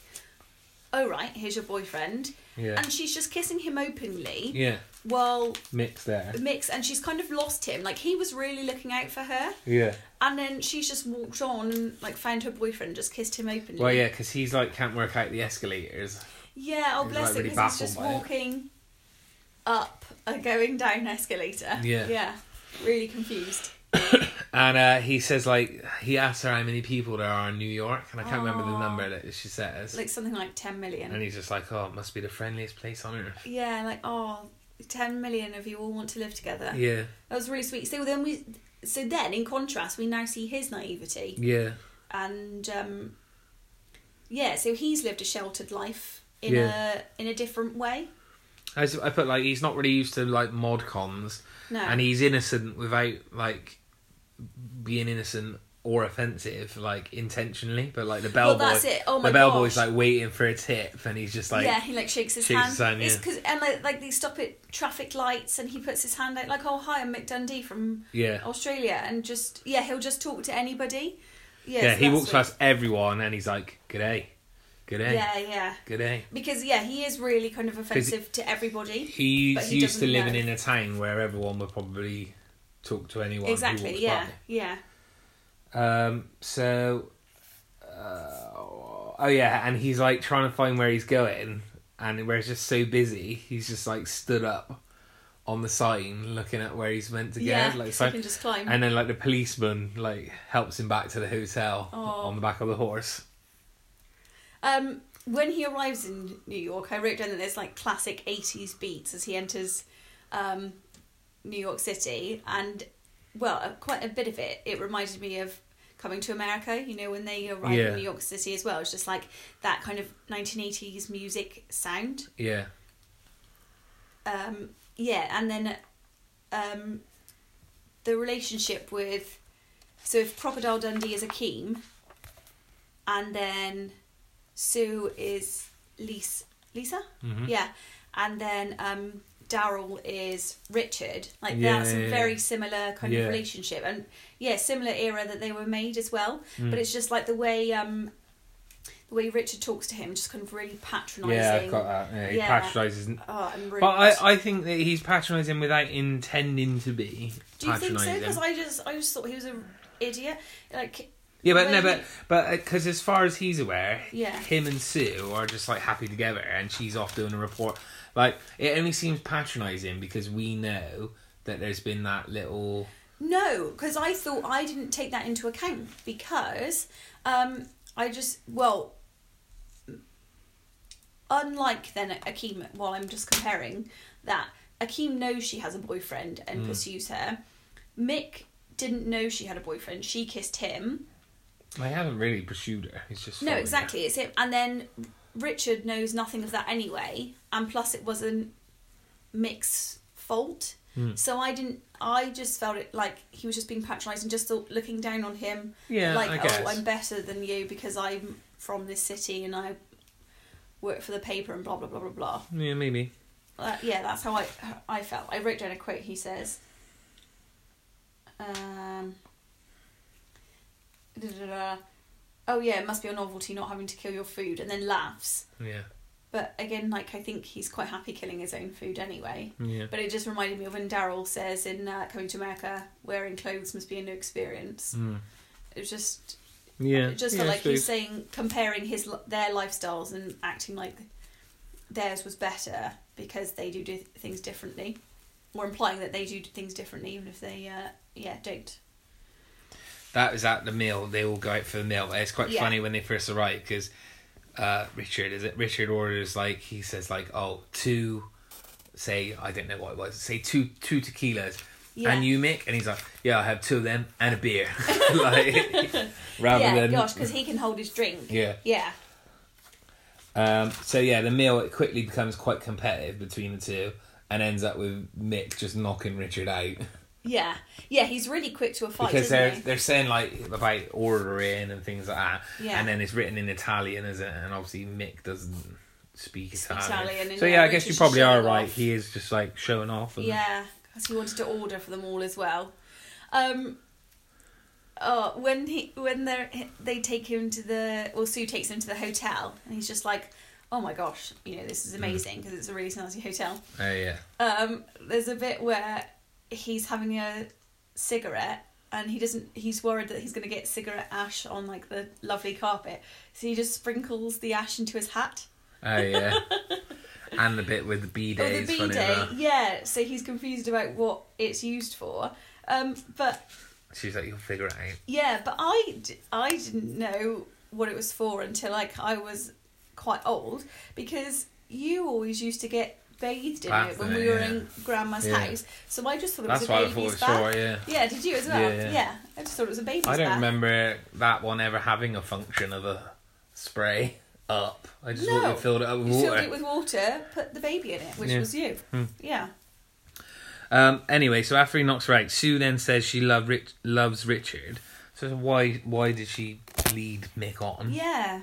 S1: oh right, here's your boyfriend,
S2: yeah,
S1: and she's just kissing him openly.
S2: yeah.
S1: While
S2: Mix there.
S1: Mix and she's kind of lost him. Like he was really looking out for her,
S2: Yeah.
S1: and then she's just walked on, and, like found her boyfriend, and just kissed him openly.
S2: Well, yeah, because he's like can't work out the escalators.
S1: Yeah, oh
S2: He's,
S1: bless
S2: like,
S1: him,
S2: really
S1: because he's just
S2: baffled by it.
S1: walking up a going down an escalator.
S2: Yeah.
S1: yeah, really confused.
S2: And uh, he says like he asks her how many people there are in New York, and I can't remember the
S1: Aw.
S2: number that she says.
S1: Like something like ten million.
S2: and he's just like, "Oh, it must be the friendliest place on earth."
S1: Yeah, like oh, 10 million of you all want to live together.
S2: Yeah,
S1: That was really sweet. So then we, so then in contrast, we now see his naivety
S2: yeah,
S1: and um, yeah. So he's lived a sheltered life in
S2: Yeah.
S1: a in a different way.
S2: I, s- I put like he's not really used to like mod cons,
S1: No,
S2: and he's innocent without like being innocent or offensive like intentionally. But like the
S1: well
S2: bellboy,
S1: that's it. Oh my
S2: the bellboy's
S1: gosh.
S2: like waiting for a tip, and he's just like,
S1: yeah, he like shakes his
S2: shakes
S1: hand.
S2: his hand,
S1: It's
S2: yeah.
S1: 'cause- and like, like they stop at traffic lights and he puts his hand out like, oh hi, I'm Mick Dundee from
S2: yeah.
S1: Australia, and just yeah, he'll just talk to anybody. Yeah,
S2: yeah,
S1: so
S2: he
S1: that's
S2: walks
S1: sweet.
S2: past everyone and he's like, "Good day, good day,
S1: Yeah, yeah.
S2: good day."
S1: Because yeah, he is really kind of offensive to everybody. But
S2: He's
S1: he
S2: used to
S1: doesn't
S2: living
S1: know.
S2: in a town where everyone would probably talk to anyone. who
S1: Exactly.
S2: walks
S1: Yeah. Yeah.
S2: by. Um. So. Uh, oh yeah, and he's like trying to find where he's going, and where it's just so busy, he's just like stood up on the sign looking at where he's meant to go.
S1: yeah.
S2: like,
S1: so
S2: so,
S1: he can just climb.
S2: and then like the policeman like helps him back to the hotel
S1: Aw.
S2: on the back of the horse.
S1: Um, when he arrives in New York, I wrote down that there's like classic 80s beats as he enters um, New York City, and well, uh, quite a bit of it. It reminded me of coming to America, you know, when they arrived
S2: Yeah.
S1: in New York City as well. It's just like that kind of 1980s music sound.
S2: Yeah.
S1: Um, yeah, and then um, the relationship with so if Crocodile Dundee is Akeem, and then Sue is Lisa, Lisa,
S2: Mm-hmm.
S1: yeah, and then um, Daryl is Richard. Like
S2: Yeah,
S1: that's
S2: yeah,
S1: a
S2: yeah.
S1: very similar kind
S2: Yeah.
S1: of relationship, and yeah, similar era that they were made as well.
S2: Mm.
S1: But it's just like the way um, the way Richard talks to him, just kind of really patronising.
S2: Yeah, I've got that. Yeah, he
S1: Yeah.
S2: patronises.
S1: Oh, I'm rude.
S2: But I, I think that he's patronising without intending to be
S1: Do you think so?
S2: patronising.
S1: Because I just, I just thought he was an idiot. Like,
S2: yeah, but no,
S1: Well,
S2: but but because as far as he's aware,
S1: Yeah.
S2: him and Sue are just like happy together, and she's off doing a report. Like it only seems patronising because we know that there's been that little.
S1: no, because I thought I didn't take that into account because um, I just, well, unlike then Akeem, while I'm just comparing that, Akeem knows she has a boyfriend and pursues her. Mick didn't know she had a boyfriend. She kissed him.
S2: I haven't really pursued her. It's just
S1: No,
S2: following her.
S1: exactly. It's him. And then Richard knows nothing of that anyway. And plus, it wasn't Mick's fault.
S2: Hmm.
S1: So I didn't. I just felt it like he was just being patronising, just thought, looking down on him.
S2: Yeah,
S1: like,
S2: I
S1: oh,
S2: guess.
S1: I'm better than you because I'm from this city and I work for the paper and blah blah blah blah blah.
S2: yeah, maybe.
S1: Uh, yeah, that's how I I felt. I wrote down a quote. He says, um, da, da, da, oh yeah, it must be a novelty not having to kill your food, and then laughs.
S2: Yeah.
S1: But again, like I think he's quite happy killing his own food anyway.
S2: Yeah.
S1: But it just reminded me of when Daryl says in uh, Coming to America, wearing clothes must be a new experience.
S2: Mm.
S1: It was just,
S2: Yeah.
S1: it just
S2: yeah,
S1: felt like
S2: true.
S1: he's saying, comparing his li- their lifestyles and acting like theirs was better because they do, do things differently, or implying that they do things differently even if they, uh, yeah, don't.
S2: That was at the meal. They all go out for the meal. It's quite
S1: Yeah.
S2: funny when they first arrive because uh, Richard is it? Richard orders like he says like oh two, say I don't know what it was. Say two two tequilas.
S1: Yeah.
S2: And you, Mick, and he's like, "Yeah, I have two of them and a beer." [laughs]
S1: [laughs]
S2: like, rather
S1: yeah,
S2: than
S1: gosh, because he can hold his drink.
S2: yeah.
S1: Yeah,
S2: Um, so yeah, the meal it quickly becomes quite competitive between the two, and ends up with Mick just knocking Richard out
S1: yeah, yeah. He's really quick to a fight,
S2: because they're
S1: isn't he?
S2: they're saying like about ordering and things like that,
S1: Yeah.
S2: and then it's written in Italian, is it? And obviously Mick doesn't speak Italian.
S1: Italian, and
S2: so
S1: yeah,
S2: yeah, I guess you
S1: Richard's
S2: probably are
S1: showing
S2: right.
S1: off.
S2: He is just like showing off. And,
S1: Yeah, because he wanted to order for them all as well. Um, oh, when he when they they take him to the well, Sue takes him to the hotel, and he's just like, "Oh my gosh, you know this is amazing because it's a really snazzy hotel."
S2: Oh yeah.
S1: Um, there's a bit where he's having a cigarette. And he doesn't. He's worried that he's going to get cigarette ash on like the lovely carpet, so he just sprinkles the ash into his hat. [laughs]
S2: Oh yeah. and the bit with the B
S1: Oh,
S2: day.
S1: the
S2: is
S1: B
S2: funny
S1: day,
S2: enough.
S1: yeah. So he's confused about what it's used for. Um, but
S2: She's like, "You'll figure it out."
S1: yeah, but I, d- I didn't know what it was for until like I was quite old because you always used to get bathed in
S2: Bath
S1: it when
S2: in
S1: we
S2: it,
S1: were
S2: yeah.
S1: in grandma's
S2: Yeah.
S1: house. So I just thought it was
S2: That's
S1: a
S2: why I
S1: baby's
S2: thought it was
S1: bath.
S2: short. Yeah.
S1: Yeah, did you as well?
S2: Yeah,
S1: Yeah,
S2: yeah.
S1: I just thought it was a baby's
S2: I don't
S1: bath.
S2: remember that one ever having a function of a spray up. I just
S1: No.
S2: thought you filled it up with
S1: You
S2: water.
S1: filled it with water, put the baby in it, which
S2: Yeah. Hmm.
S1: was you. Yeah.
S2: um, anyway, so after he knocks her out, Sue then says she love Rich- loves Richard. So why why did she lead Mick on?
S1: Yeah.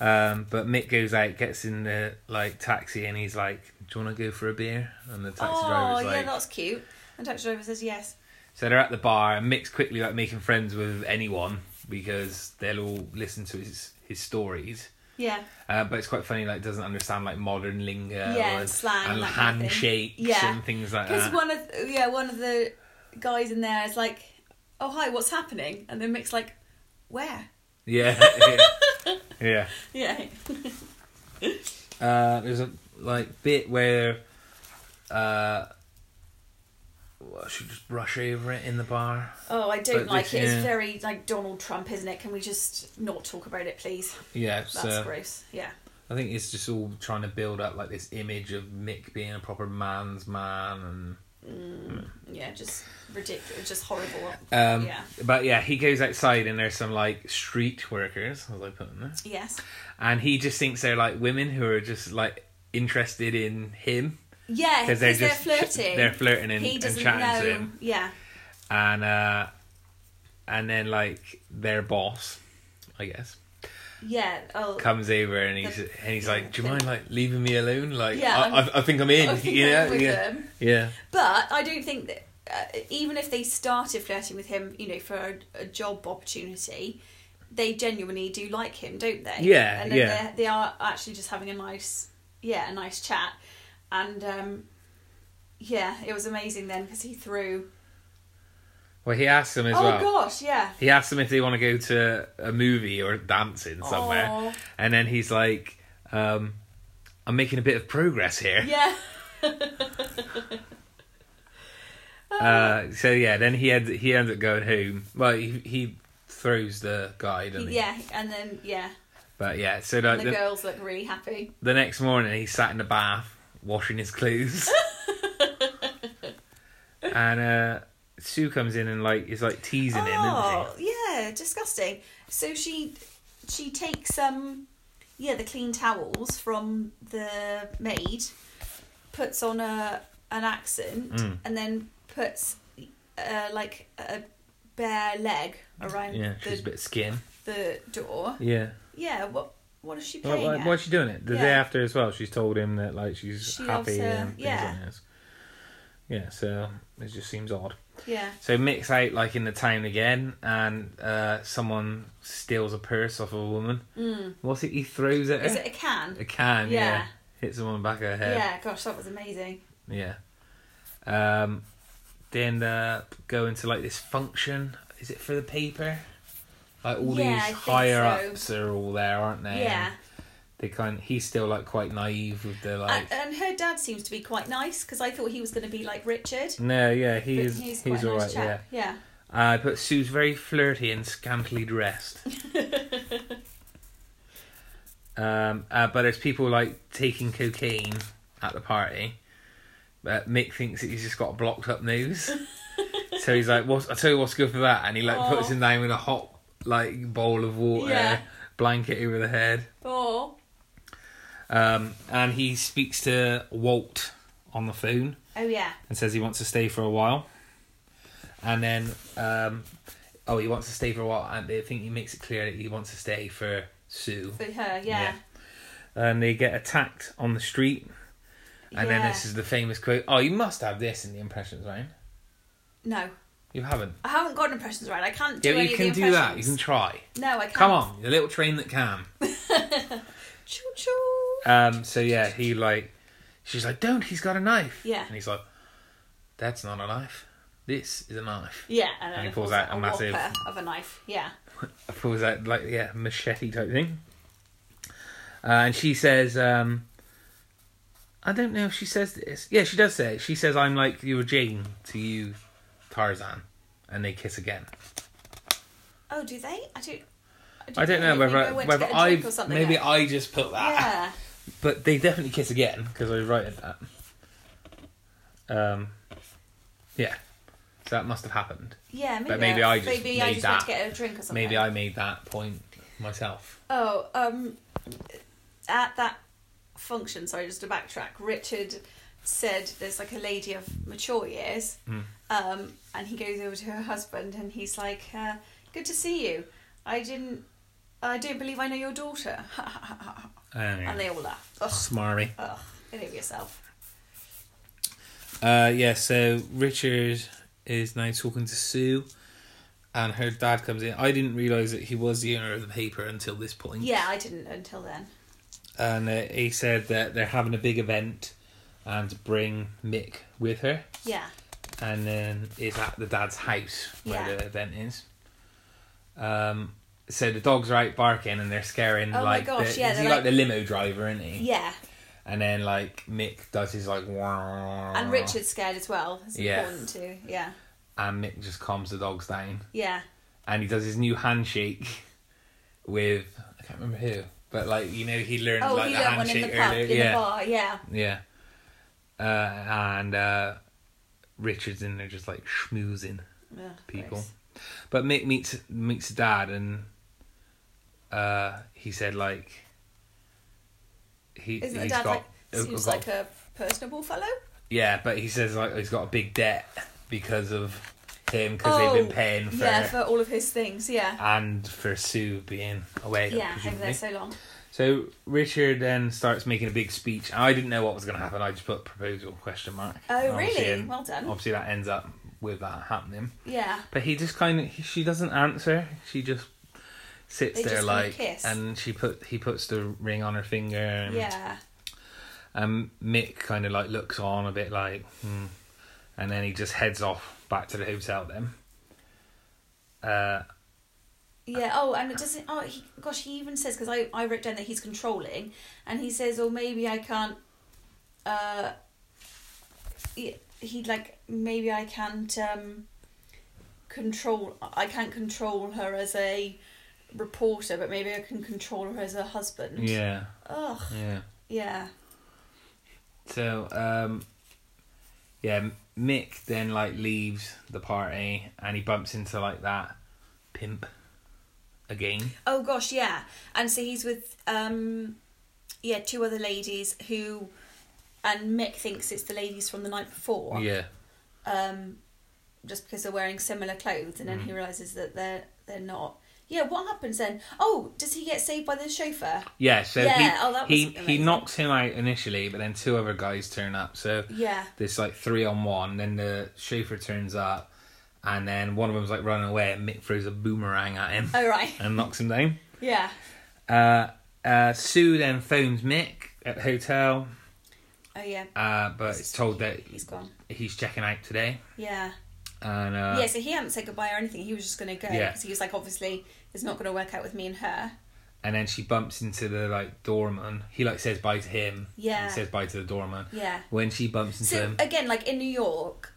S2: Um, but Mick goes out, gets in the like taxi, and he's like, "Do you want to go for a beer?" And the taxi
S1: Oh,
S2: driver's
S1: yeah,
S2: like,
S1: that's cute. And taxi driver says yes.
S2: "So they're at the bar, and Mick's quickly like making friends with anyone because they'll all listen to his his stories."
S1: Yeah.
S2: Uh, but it's quite funny, like doesn't understand like modern lingo
S1: Yeah,
S2: and,
S1: slang,
S2: and
S1: that kind of thing.
S2: handshakes
S1: Yeah.
S2: and things like
S1: Because
S2: that.
S1: one of yeah, one of the guys in there is like, "Oh hi, what's happening?" And then Mick's like, "Where?"
S2: Yeah,
S1: [laughs]
S2: [laughs] yeah.
S1: Yeah,
S2: Uh, there's a like bit where uh, well, I should just brush over it in the bar.
S1: Oh, I don't
S2: But
S1: like
S2: this-
S1: it. It's
S2: yeah.
S1: very like Donald Trump, isn't it? Can we just not talk about it, please?
S2: Yeah,
S1: That's
S2: so
S1: gross. Yeah.
S2: I think it's just all trying to build up like this image of Mick being a proper man's man and
S1: Yeah, just ridiculous, just horrible.
S2: um,
S1: Yeah.
S2: but yeah, he goes outside and there's some like street workers, as I put in there.
S1: Yes.
S2: and he just thinks they're like women who are just like interested in him
S1: Yeah,
S2: because
S1: because
S2: they're
S1: Uh, they're,
S2: just
S1: flirting.
S2: they're flirting and,
S1: he
S2: and
S1: doesn't
S2: chatting
S1: know.
S2: to him,
S1: Yeah.
S2: and uh, and then like their boss, I guess,
S1: Yeah. Oh.
S2: comes over and he's and he's like, "Do you mind like leaving me alone? Like,
S1: Yeah,
S2: I,
S1: I'm-
S2: I, I think I'm in.
S1: I think
S2: [laughs] you
S1: I'm
S2: know?
S1: Oh, [laughs] with
S2: yeah,
S1: them.
S2: yeah,
S1: But I don't think that uh, even if they started flirting with him, you know, for a, a job opportunity, they genuinely do like him, don't they?
S2: Yeah,
S1: and then
S2: yeah.
S1: they're- They are actually just having a nice, yeah, a nice chat, and um, yeah, it was amazing then because he threw.
S2: Well, he asks them as
S1: oh
S2: well.
S1: gosh, yeah.
S2: He asks them if they want to go to a movie or dancing somewhere,
S1: Aw.
S2: and then he's like, um, "I'm making a bit of progress here."
S1: Yeah.
S2: Uh, so yeah, then he ends he ends up going home. Well, he, he throws the guy, doesn't he?
S1: yeah, and then yeah,
S2: But yeah, so
S1: and
S2: like
S1: the,
S2: Uh, the, the,
S1: girls look really happy.
S2: next morning he sat in the bath washing
S1: [laughs]
S2: his clothes, and uh, Sue comes in and like is like teasing him,
S1: oh
S2: isn't
S1: yeah, disgusting. So she she takes um yeah the clean towels from the maid, puts on a an accent,
S2: Mm.
S1: and then puts uh, like a bare leg around
S2: she? Yeah, she's a
S1: the,
S2: bit skin.
S1: the door.
S2: Yeah.
S1: Yeah, what what is she
S2: Why,
S1: playing
S2: why,
S1: at?
S2: why is she doing it? The day
S1: Yeah.
S2: after as well, she's told him that like she's
S1: She loves
S2: happy
S1: her-
S2: and things
S1: yeah.
S2: like this. Yeah, so it just seems odd.
S1: Yeah.
S2: So Mick's out like in the town again, and uh, someone steals a purse off a woman.
S1: Mm.
S2: What's it? He throws at her.
S1: Is it a can?
S2: a can? Yeah.
S1: Yeah.
S2: Hits someone in the back of the
S1: Yeah.
S2: head.
S1: Gosh, that was amazing.
S2: Yeah. Um, they end up going to like this function. Is it for the paper? Like all
S1: Yeah, I
S2: these
S1: think
S2: higher
S1: so.
S2: ups are all there, aren't they?
S1: yeah.
S2: And They kind. He's still like quite naive with the like.
S1: and, and her dad seems to be quite nice because I thought he was going to be like Richard.
S2: no, yeah, he
S1: but
S2: is.
S1: he's
S2: He's,
S1: quite a
S2: all right.
S1: nice
S2: yeah.
S1: chap. Yeah.
S2: Uh, but Sue's very flirty and
S1: [laughs]
S2: scantily dressed. um, uh, but there's people like taking cocaine at the party. But Mick thinks that he's just got a blocked
S1: [laughs]
S2: up nose. so he's like, "What's? I tell you what's good for that." And he like puts
S1: Aw.
S2: him down with a hot like bowl of water,
S1: Yeah.
S2: blanket over the head.
S1: Oh.
S2: Um, and he speaks to Walt on the phone
S1: Oh yeah.
S2: and says he wants to stay for a while. And then, um, oh, he wants to stay for a while, and I think he makes it clear that he wants to stay for Sue.
S1: For her. Yeah.
S2: And they get attacked on the street, and then this is the famous quote. Oh, you must have this in the impressions, right?
S1: No,
S2: You haven't.
S1: I haven't got impressions right. I can't do
S2: Yeah, but
S1: any
S2: you
S1: of the
S2: can do that. You
S1: impressions.
S2: can try.
S1: No, I can't.
S2: Come on, the little train that can.
S1: Choo choo.
S2: Um. So yeah, he like, she's like, don't. He's got a knife.
S1: Yeah.
S2: And he's like, that's not a knife. This is a knife.
S1: Yeah, and, then
S2: And he
S1: it
S2: pulls out a massive-
S1: whopper of a knife. Yeah.
S2: pulls out like yeah machete type thing, uh, and she says, um, "I don't know if she says this. Yeah, she does say it. She says, "I'm like you were Jane to you, Tarzan," and they kiss again.
S1: Oh, do they? I don't.
S2: I don't know
S1: maybe
S2: whether
S1: I went to
S2: whether
S1: get a
S2: I
S1: drink or something.
S2: maybe I just put that,
S1: Yeah.
S2: but they definitely kiss again because I wrote that. Um, yeah, so that must have happened.
S1: Yeah. Maybe.
S2: But maybe I just
S1: maybe I
S2: made
S1: just went to
S2: that.
S1: get a drink or something.
S2: Maybe I made that point myself.
S1: Oh, um, at that function, sorry, just to backtrack, Richard said there's like a lady of mature years,
S2: Mm.
S1: um, and he goes over to her husband and he's like, uh, "Good to see you. I didn't, I don't believe I know your daughter." [laughs]
S2: Um,
S1: and they all laugh. Ugh,
S2: smarmy.
S1: ugh, get it yourself.
S2: Uh, yeah, so Richard is now talking to Sue, and her dad comes in. I didn't realise that he was the owner of the paper until this point.
S1: Yeah, I didn't until then.
S2: And uh, he said that they're having a big event and to bring Mick with her,
S1: Yeah,
S2: and then it's at the dad's house where
S1: Yeah.
S2: the event is. Um, so the dogs are out barking and they're scaring
S1: Oh my
S2: like
S1: gosh,
S2: the,
S1: yeah,
S2: is he
S1: they're
S2: like,
S1: like-
S2: the limo driver, isn't he?
S1: yeah.
S2: And then like Mick does his like
S1: And Richard's scared as well. It's
S2: Yeah.
S1: important too. Yeah,
S2: and Mick just calms the dogs down.
S1: yeah.
S2: and he does his new handshake with I can't remember who, but like you know he learned
S1: Oh,
S2: like
S1: you
S2: the
S1: got one in
S2: handshake
S1: the pub,
S2: earlier,
S1: in the
S2: yeah,
S1: bar. Yeah,
S2: yeah. Uh, and uh, Richard's in there just like schmoozing
S1: Ugh,
S2: people,
S1: gross.
S2: but Mick meets meets dad and uh, he said like he
S1: Isn't the
S2: he's
S1: dad
S2: got
S1: like
S2: uh,
S1: seems
S2: got-
S1: like a personable fellow?
S2: yeah, but he says like he's got a big debt because of him because they've been paying for.
S1: Oh, yeah for all of his things. Yeah,
S2: and for Sue being away.
S1: yeah, over
S2: presumably.
S1: there so long.
S2: So Richard then starts making a big speech. I didn't know what was going to happen. I just put proposal question mark.
S1: Oh,
S2: And
S1: really?
S2: obviously- and
S1: Well done.
S2: Obviously, that ends up with that happening.
S1: Yeah,
S2: But he just kind of he, she doesn't answer. She just sits
S1: They
S2: there
S1: just kinda
S2: like
S1: kiss.
S2: and she put he puts the ring on her finger. And,
S1: yeah,
S2: And Mick kind of like looks on a bit like, hmm. and then he just heads off back to the hotel. Then. Uh,
S1: yeah. Oh, and it doesn't. Oh, he, gosh, he even says because I I wrote down that he's controlling, and he says, "Oh, maybe I can't." Uh, he, he like maybe I can't um control. I can't control her as a reporter, but maybe I can control her as a husband.
S2: yeah.
S1: Ugh.
S2: Yeah.
S1: Yeah.
S2: So, um, yeah, Mick then like leaves the party and he bumps into like that pimp again.
S1: Oh gosh, yeah. And so he's with um yeah, two other ladies who and Mick thinks it's the ladies from the night before.
S2: Yeah,
S1: Um just because they're wearing similar clothes and then
S4: Mm-hmm.
S1: he realizes that they're they're not. Yeah, what happens then? Oh, does he get saved by the chauffeur?
S2: yeah. So
S1: Yeah,
S2: he
S1: oh, that was
S2: he he
S1: amazing.
S2: knocks him out initially, but then two other guys turn up. So
S1: Yeah.
S2: there's like three on one. Then the chauffeur turns up,
S4: and then one of them's like running away, and Mick throws a boomerang at
S1: [laughs]
S4: him
S1: Oh right.
S4: and knocks him down.
S1: Yeah.
S4: Uh, uh, Sue then phones Mick at the hotel,
S1: Oh yeah.
S4: uh, but is told that
S1: He's gone.
S4: he's checking out today.
S1: Yeah.
S4: And uh,
S1: yeah. So he hadn't said goodbye or anything. He was just going to go
S4: Yeah.
S1: because he was like, obviously, it's not going to work out with me and her.
S4: and then she bumps into the like doorman. He like says bye to him.
S1: Yeah.
S4: And he says bye to the doorman.
S1: Yeah.
S4: When she bumps into
S1: So uh,
S4: him,
S1: again, like in New York,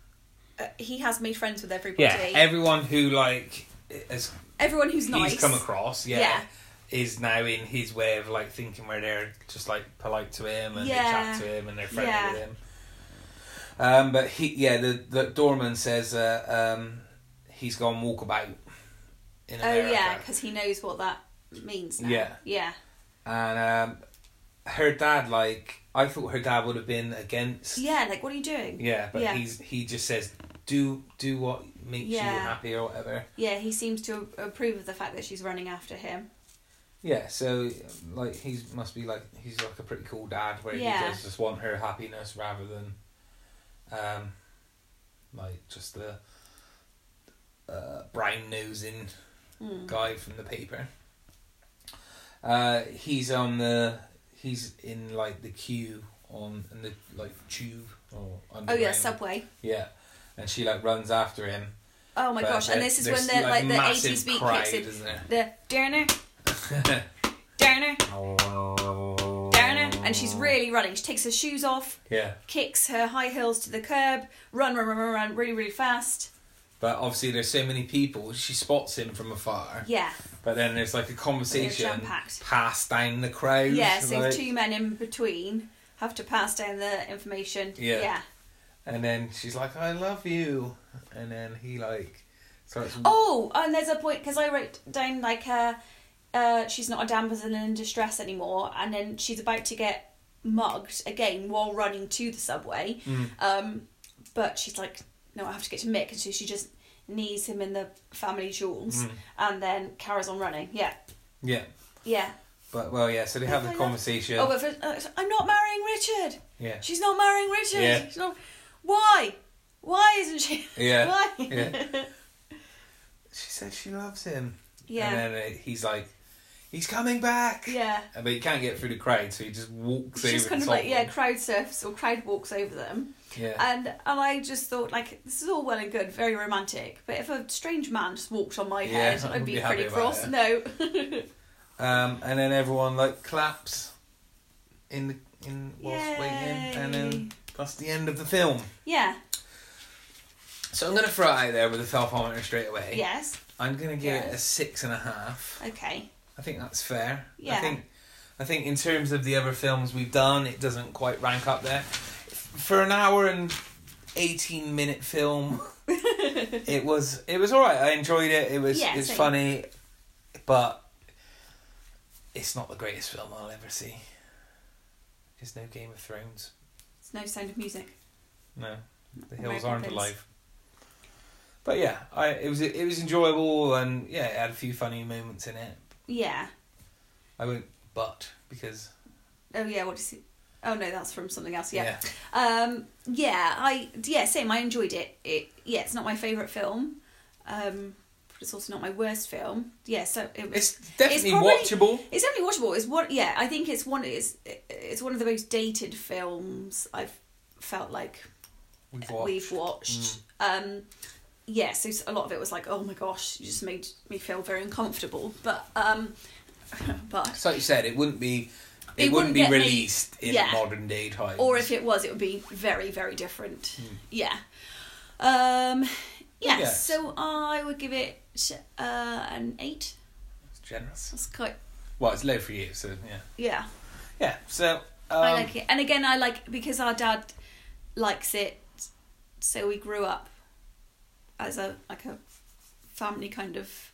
S1: uh, he has made friends with everybody.
S4: Yeah,
S2: Everyone who like has
S1: Everyone who's nice.
S2: he's come across, yeah,
S1: Yeah.
S2: is now in his way of like thinking where they're just like polite to him and they
S1: Yeah.
S2: chat to him and they're friendly
S1: Yeah.
S2: with him. Um, but he, yeah, the the doorman says uh, um, he's gone walkabout in
S1: oh
S2: America.
S1: yeah, because he knows what that means. Now.
S2: Yeah.
S1: Yeah.
S2: and um, her dad like I thought her dad would have been against.
S1: Yeah. Like, what are you doing?
S2: Yeah, but
S1: Yeah.
S2: he's he just says do do what makes you
S1: Yeah.
S2: happy or whatever.
S1: Yeah, he seems to approve of the fact that she's running after him.
S2: Yeah, so like he must be like he's like a pretty cool dad where
S1: Yeah.
S2: he does just want her happiness rather than, um, like just the uh, brown nosing
S1: Mm.
S2: guy from the paper. Uh, he's on the he's in like the queue on in the like tube or
S1: Oh yeah,
S2: underground.
S1: subway.
S2: yeah, and she like runs after him.
S1: Oh my
S2: But
S1: gosh! And
S2: there-
S1: this is when
S2: there's,
S1: the like,
S2: like,
S1: the
S2: massive
S1: eighties beat
S2: crowd,
S1: kicks in.
S2: isn't there?
S1: The Derner, [laughs] Derner, Derner, and
S2: Oh.
S1: she's really running. She takes her shoes off,
S2: yeah.
S1: kicks her high heels to the curb, run, run, run, run, run, really, really fast.
S2: But obviously, there's so many people. She spots him from afar.
S1: Yeah,
S2: But then there's like a conversation
S1: jam-packed.
S2: passed down the crowd.
S1: yeah. So
S2: like-
S1: two men in between have to pass down the information.
S2: Yeah.
S1: yeah.
S2: and then she's like, "I love you," and then he like starts.
S1: Oh, and there's a point because I wrote down like uh, uh, she's not a damsel in distress anymore, and then she's about to get mugged again while running to the subway.
S2: Mm,
S1: Um, but she's like, no, I have to get to Mick, and so she just knees him in the family jewels,
S2: Mm.
S1: and then carries on running. Yeah,
S2: Yeah,
S1: yeah.
S2: but well, yeah. So they have
S1: I
S2: the
S1: love-
S2: conversation.
S1: Oh, but for, uh, I'm not marrying Richard.
S2: yeah,
S1: She's not marrying Richard.
S2: Yeah.
S1: She's not. Why? Why isn't she?
S2: Yeah.
S1: Why? [laughs]
S2: Yeah. she said she loves him.
S1: Yeah.
S2: and then uh, he's like, "He's coming back."
S1: yeah.
S2: Uh, But he can't get through the crowd, so he just walks
S1: She's
S2: over.
S1: just kind of
S2: the
S1: like
S2: top
S1: yeah,
S2: one.
S1: crowd surfs or crowd walks over them,
S2: yeah,
S1: and and I just thought like this is all well and good, very romantic, but if a strange man just walked on my
S2: Yeah, [laughs]
S1: head,
S2: I
S1: I'd
S2: wouldn't
S1: be,
S2: be happy
S1: pretty
S2: about
S1: cross.
S2: that.
S1: No, [laughs]
S2: Um, and then everyone like claps in the in whilst waiting, and
S1: Yay.
S2: then that's the end of the film.
S1: yeah,
S2: So I'm gonna throw it out there with a self-harmoner straight away.
S1: yes,
S2: I'm gonna give it a
S1: Yes.
S2: six and a half.
S1: okay,
S2: I think that's fair. I
S1: Yeah.
S2: think I think in terms of the other films we've done, it doesn't quite rank up there. For an hour and eighteen minute
S1: [laughs]
S2: film, it was it was alright. I enjoyed it. It was
S1: Yeah,
S2: it's
S1: same.
S2: funny, but it's not the greatest film I'll ever see. It's no Game of Thrones.
S1: it's no sound of music.
S2: No, the
S1: Mary
S2: hills aren't
S1: Poppins.
S2: alive. But yeah, I it was it was enjoyable and yeah, it had a few funny moments in it.
S1: Yeah.
S2: I went but because
S1: Oh yeah. What is it? Oh no, that's from something else. Yeah.
S2: yeah.
S1: Um, yeah, I yeah, same. I enjoyed it. It yeah, it's not my favorite film, um, but it's also not my worst film. Yeah, so it was.
S2: It's definitely
S1: probably-
S2: watchable.
S1: It's definitely watchable. It's one. Yeah, I think it's one. It's it's one of the most dated films I've felt like
S2: We've watched.
S1: we've watched. Um, yeah, so s- a lot of it was like, oh my gosh, you just made me feel very uncomfortable. But um, [laughs] but
S2: So like you said, it wouldn't be
S1: It
S2: it,
S1: wouldn't
S2: wouldn't be
S1: get me-
S2: released in
S1: yeah.
S2: modern day times.
S1: or if it was, it would be very, very different. Yeah. Um, yeah,
S2: Yes.
S1: so I would give it uh, an eight.
S2: it's generous.
S1: That's quite,
S2: Well, it's low for you, so yeah.
S1: yeah.
S2: Yeah. So um,
S1: I like it. And again, I like, because our dad likes it, so we grew up as a, like a family kind of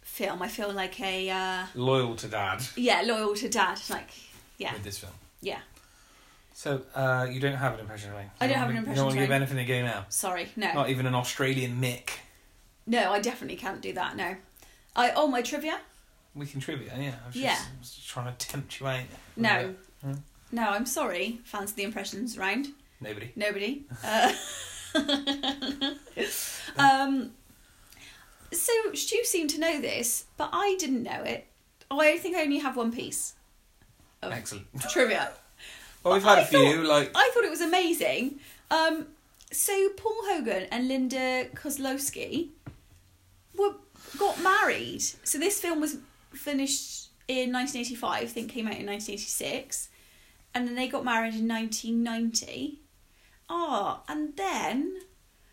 S1: film. I feel like a, uh,
S2: loyal to dad
S1: yeah, loyal to dad. Like, yeah,
S2: with this film.
S1: yeah.
S2: So uh, you don't have an impression of me.
S1: I
S2: You
S1: don't have an
S2: wanna-
S1: impression
S2: You don't
S1: of
S2: want to give
S1: me.
S2: anything to go now.
S1: Sorry, no.
S2: Not even an Australian Mick.
S1: No, I definitely can't do that, no. I, oh, my trivia?
S2: We contribute. Yeah. I was just,
S1: Yeah.
S2: I was just trying to tempt you out.
S1: No.
S2: Hmm?
S1: No, I'm sorry, fans of the impressions round.
S2: Nobody.
S1: Nobody. Uh, [laughs] um, Stu seemed to know this, but I didn't know it. Oh, I think I only have one piece of
S2: Excellent.
S1: trivia.
S3: Well, we've had
S1: a
S3: a few, like,
S1: Oh. I thought it was amazing. Um, so Paul Hogan and Linda Kozlowski were got married. So this film was finished in 1985. I think came out in 1986, and then they got married in 1990. Ah, and then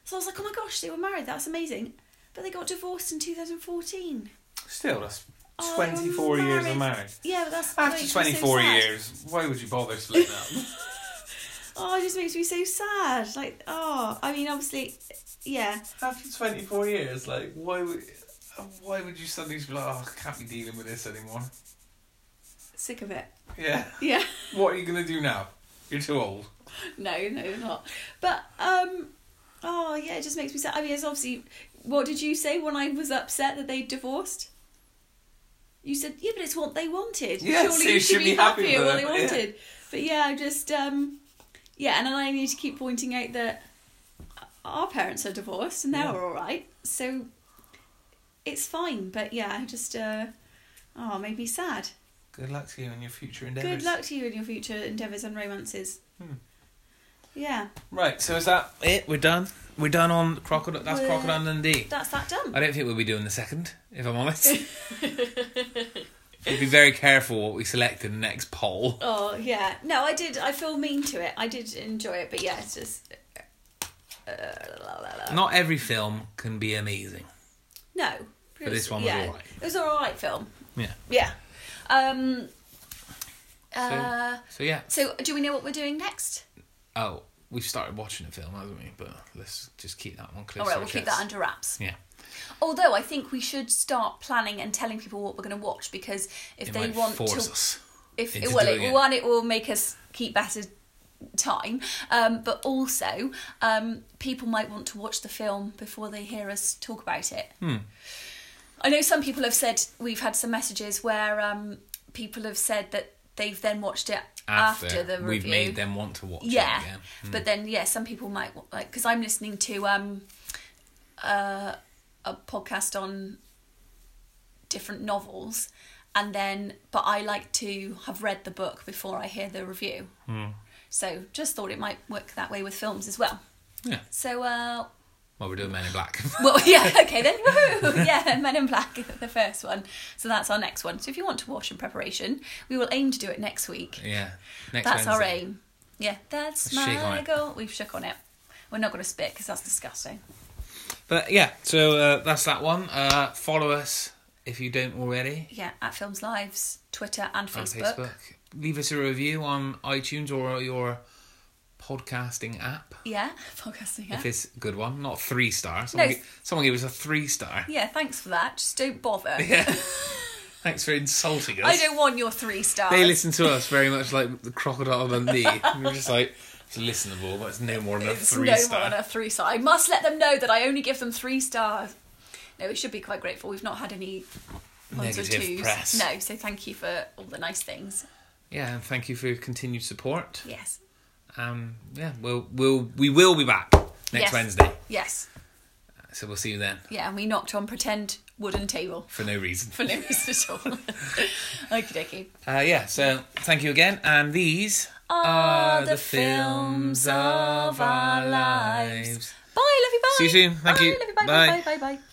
S1: so I was like, oh my gosh, they were married. That's amazing. But they got divorced in 2014.
S3: still, that's
S1: Oh, they were
S3: 24 years of marriage.
S1: Yeah, but that's that
S3: After
S1: makes me so
S3: 24
S1: sad.
S3: years, why would you bother splitting up?
S1: Oh, it just makes me so sad. Like, oh, I mean, obviously, yeah.
S3: After 24 years, like, why would. Why would you suddenly just be like, oh, I can't be dealing with this anymore?
S1: sick of it.
S3: Yeah. [laughs]
S1: Yeah.
S3: What are you going to do now? You're too old.
S1: No, no, not. But um, oh yeah, it just makes me sad. I mean, it's obviously. What did you say when I was upset that they divorced? You said, yeah, but it's what they wanted.
S3: Yes,
S1: Surely you should be happy,
S3: for
S1: at what they
S3: them, yeah.
S1: wanted. But yeah, I just um, yeah, and then I need to keep pointing out that our parents are divorced and they
S3: Yeah.
S1: were all right, so it's fine. But yeah, I just uh, oh, it made me sad.
S3: Good luck to you in your future endeavours.
S1: Good luck to you in your future endeavours and romances.
S3: Hmm.
S1: Yeah,
S3: Right, so is that it? We're done. We're done on Crocodile. That's
S1: We're-
S3: Crocodile Dundee.
S1: that's that done.
S2: I don't think we'll be doing the second, if
S3: [laughs]
S1: [laughs]
S2: I'm honest. we'll be very careful what we select in the next poll.
S1: Oh yeah, no, I did. I feel mean to it. I did enjoy it, but yeah, it's just uh, la, la, la.
S2: Not every film can be amazing.
S1: no.
S2: But this one was
S1: yeah,
S2: alright.
S1: It was an alright film.
S2: Yeah.
S1: Yeah. Um. Uh,
S2: So yeah.
S1: so, do we know what we're doing next?
S2: Oh, we've started watching a film, haven't we? But let's just keep that one close.
S1: All right,
S2: to
S1: we'll
S2: our
S1: keep
S2: chest.
S1: that under wraps.
S2: Yeah.
S1: Although I think we should start planning and telling people what we're going to watch because if
S2: It
S1: they
S2: might
S1: want
S2: force
S1: to,
S2: us.
S1: if
S2: into
S1: well, it,
S2: doing it.
S1: one, it will make us keep better time, um, but also um, people might want to watch the film before they hear us talk about it.
S2: Hmm.
S1: I know some people have said we've had some messages where um, people have said that they've then watched it after,
S2: After,
S1: the review.
S2: we've made them want to watch
S1: yeah.
S2: it. Yeah.
S1: but then yeah, some people might wa- like because I'm listening to um, uh, a podcast on different novels and then but i like to have read the book before i hear the review so just thought it might work that way with films as well
S2: Yeah.
S1: so uh
S2: Well, we're doing Men in Black. [laughs]
S1: well [laughs] yeah okay then woohoo [laughs] yeah men in black the first one so that's our next one so if you want to watch in preparation we will aim to do it next week
S2: yeah. Next
S1: that's our
S2: Wednesday.
S1: aim yeah that's
S2: Let's shake on
S1: my
S2: it.
S1: goal we've shook on it we're not going to spit because that's disgusting
S2: But yeah, so uh, that's that one. Uh, follow us if you don't already
S1: yeah at films lives twitter and
S2: on
S1: facebook,
S2: Facebook. Leave us a review on iTunes or your podcasting app
S1: yeah [laughs] podcasting app.
S2: if it's a good one, not three star.
S1: No.
S2: Someone, gi- someone gave us a three star.
S1: Yeah, thanks for that. Just don't bother.
S2: [laughs] Yeah. Thanks for insulting us.
S1: I don't want your three stars.
S2: They listen to us very much like the crocodile Dundee. We're just like it's listenable, but it's no more than a
S1: it's
S2: three
S1: no
S2: star.
S1: more than a three star. I must let them know that I only give them three stars. No, we should be quite grateful. We've not had any ones
S2: Negative
S1: or twos.
S2: press.
S1: No, so thank you for all the nice things.
S2: Yeah, and thank you for your continued support.
S1: Yes.
S2: Um, yeah, we'll we'll we will be back next
S1: Yes.
S2: Wednesday.
S1: Yes.
S2: So we'll see you then
S1: Yeah, and we knocked on pretend wooden table
S2: for no reason.
S1: for no reason at all. [laughs] Okie dokie.
S2: Uh, yeah, so thank you again. And these
S1: Are the films of our lives. Bye, love you, bye.
S2: See you soon. Thank
S1: Bye,
S2: you.
S1: love you, bye,
S2: Bye.
S1: bye, bye, bye. bye.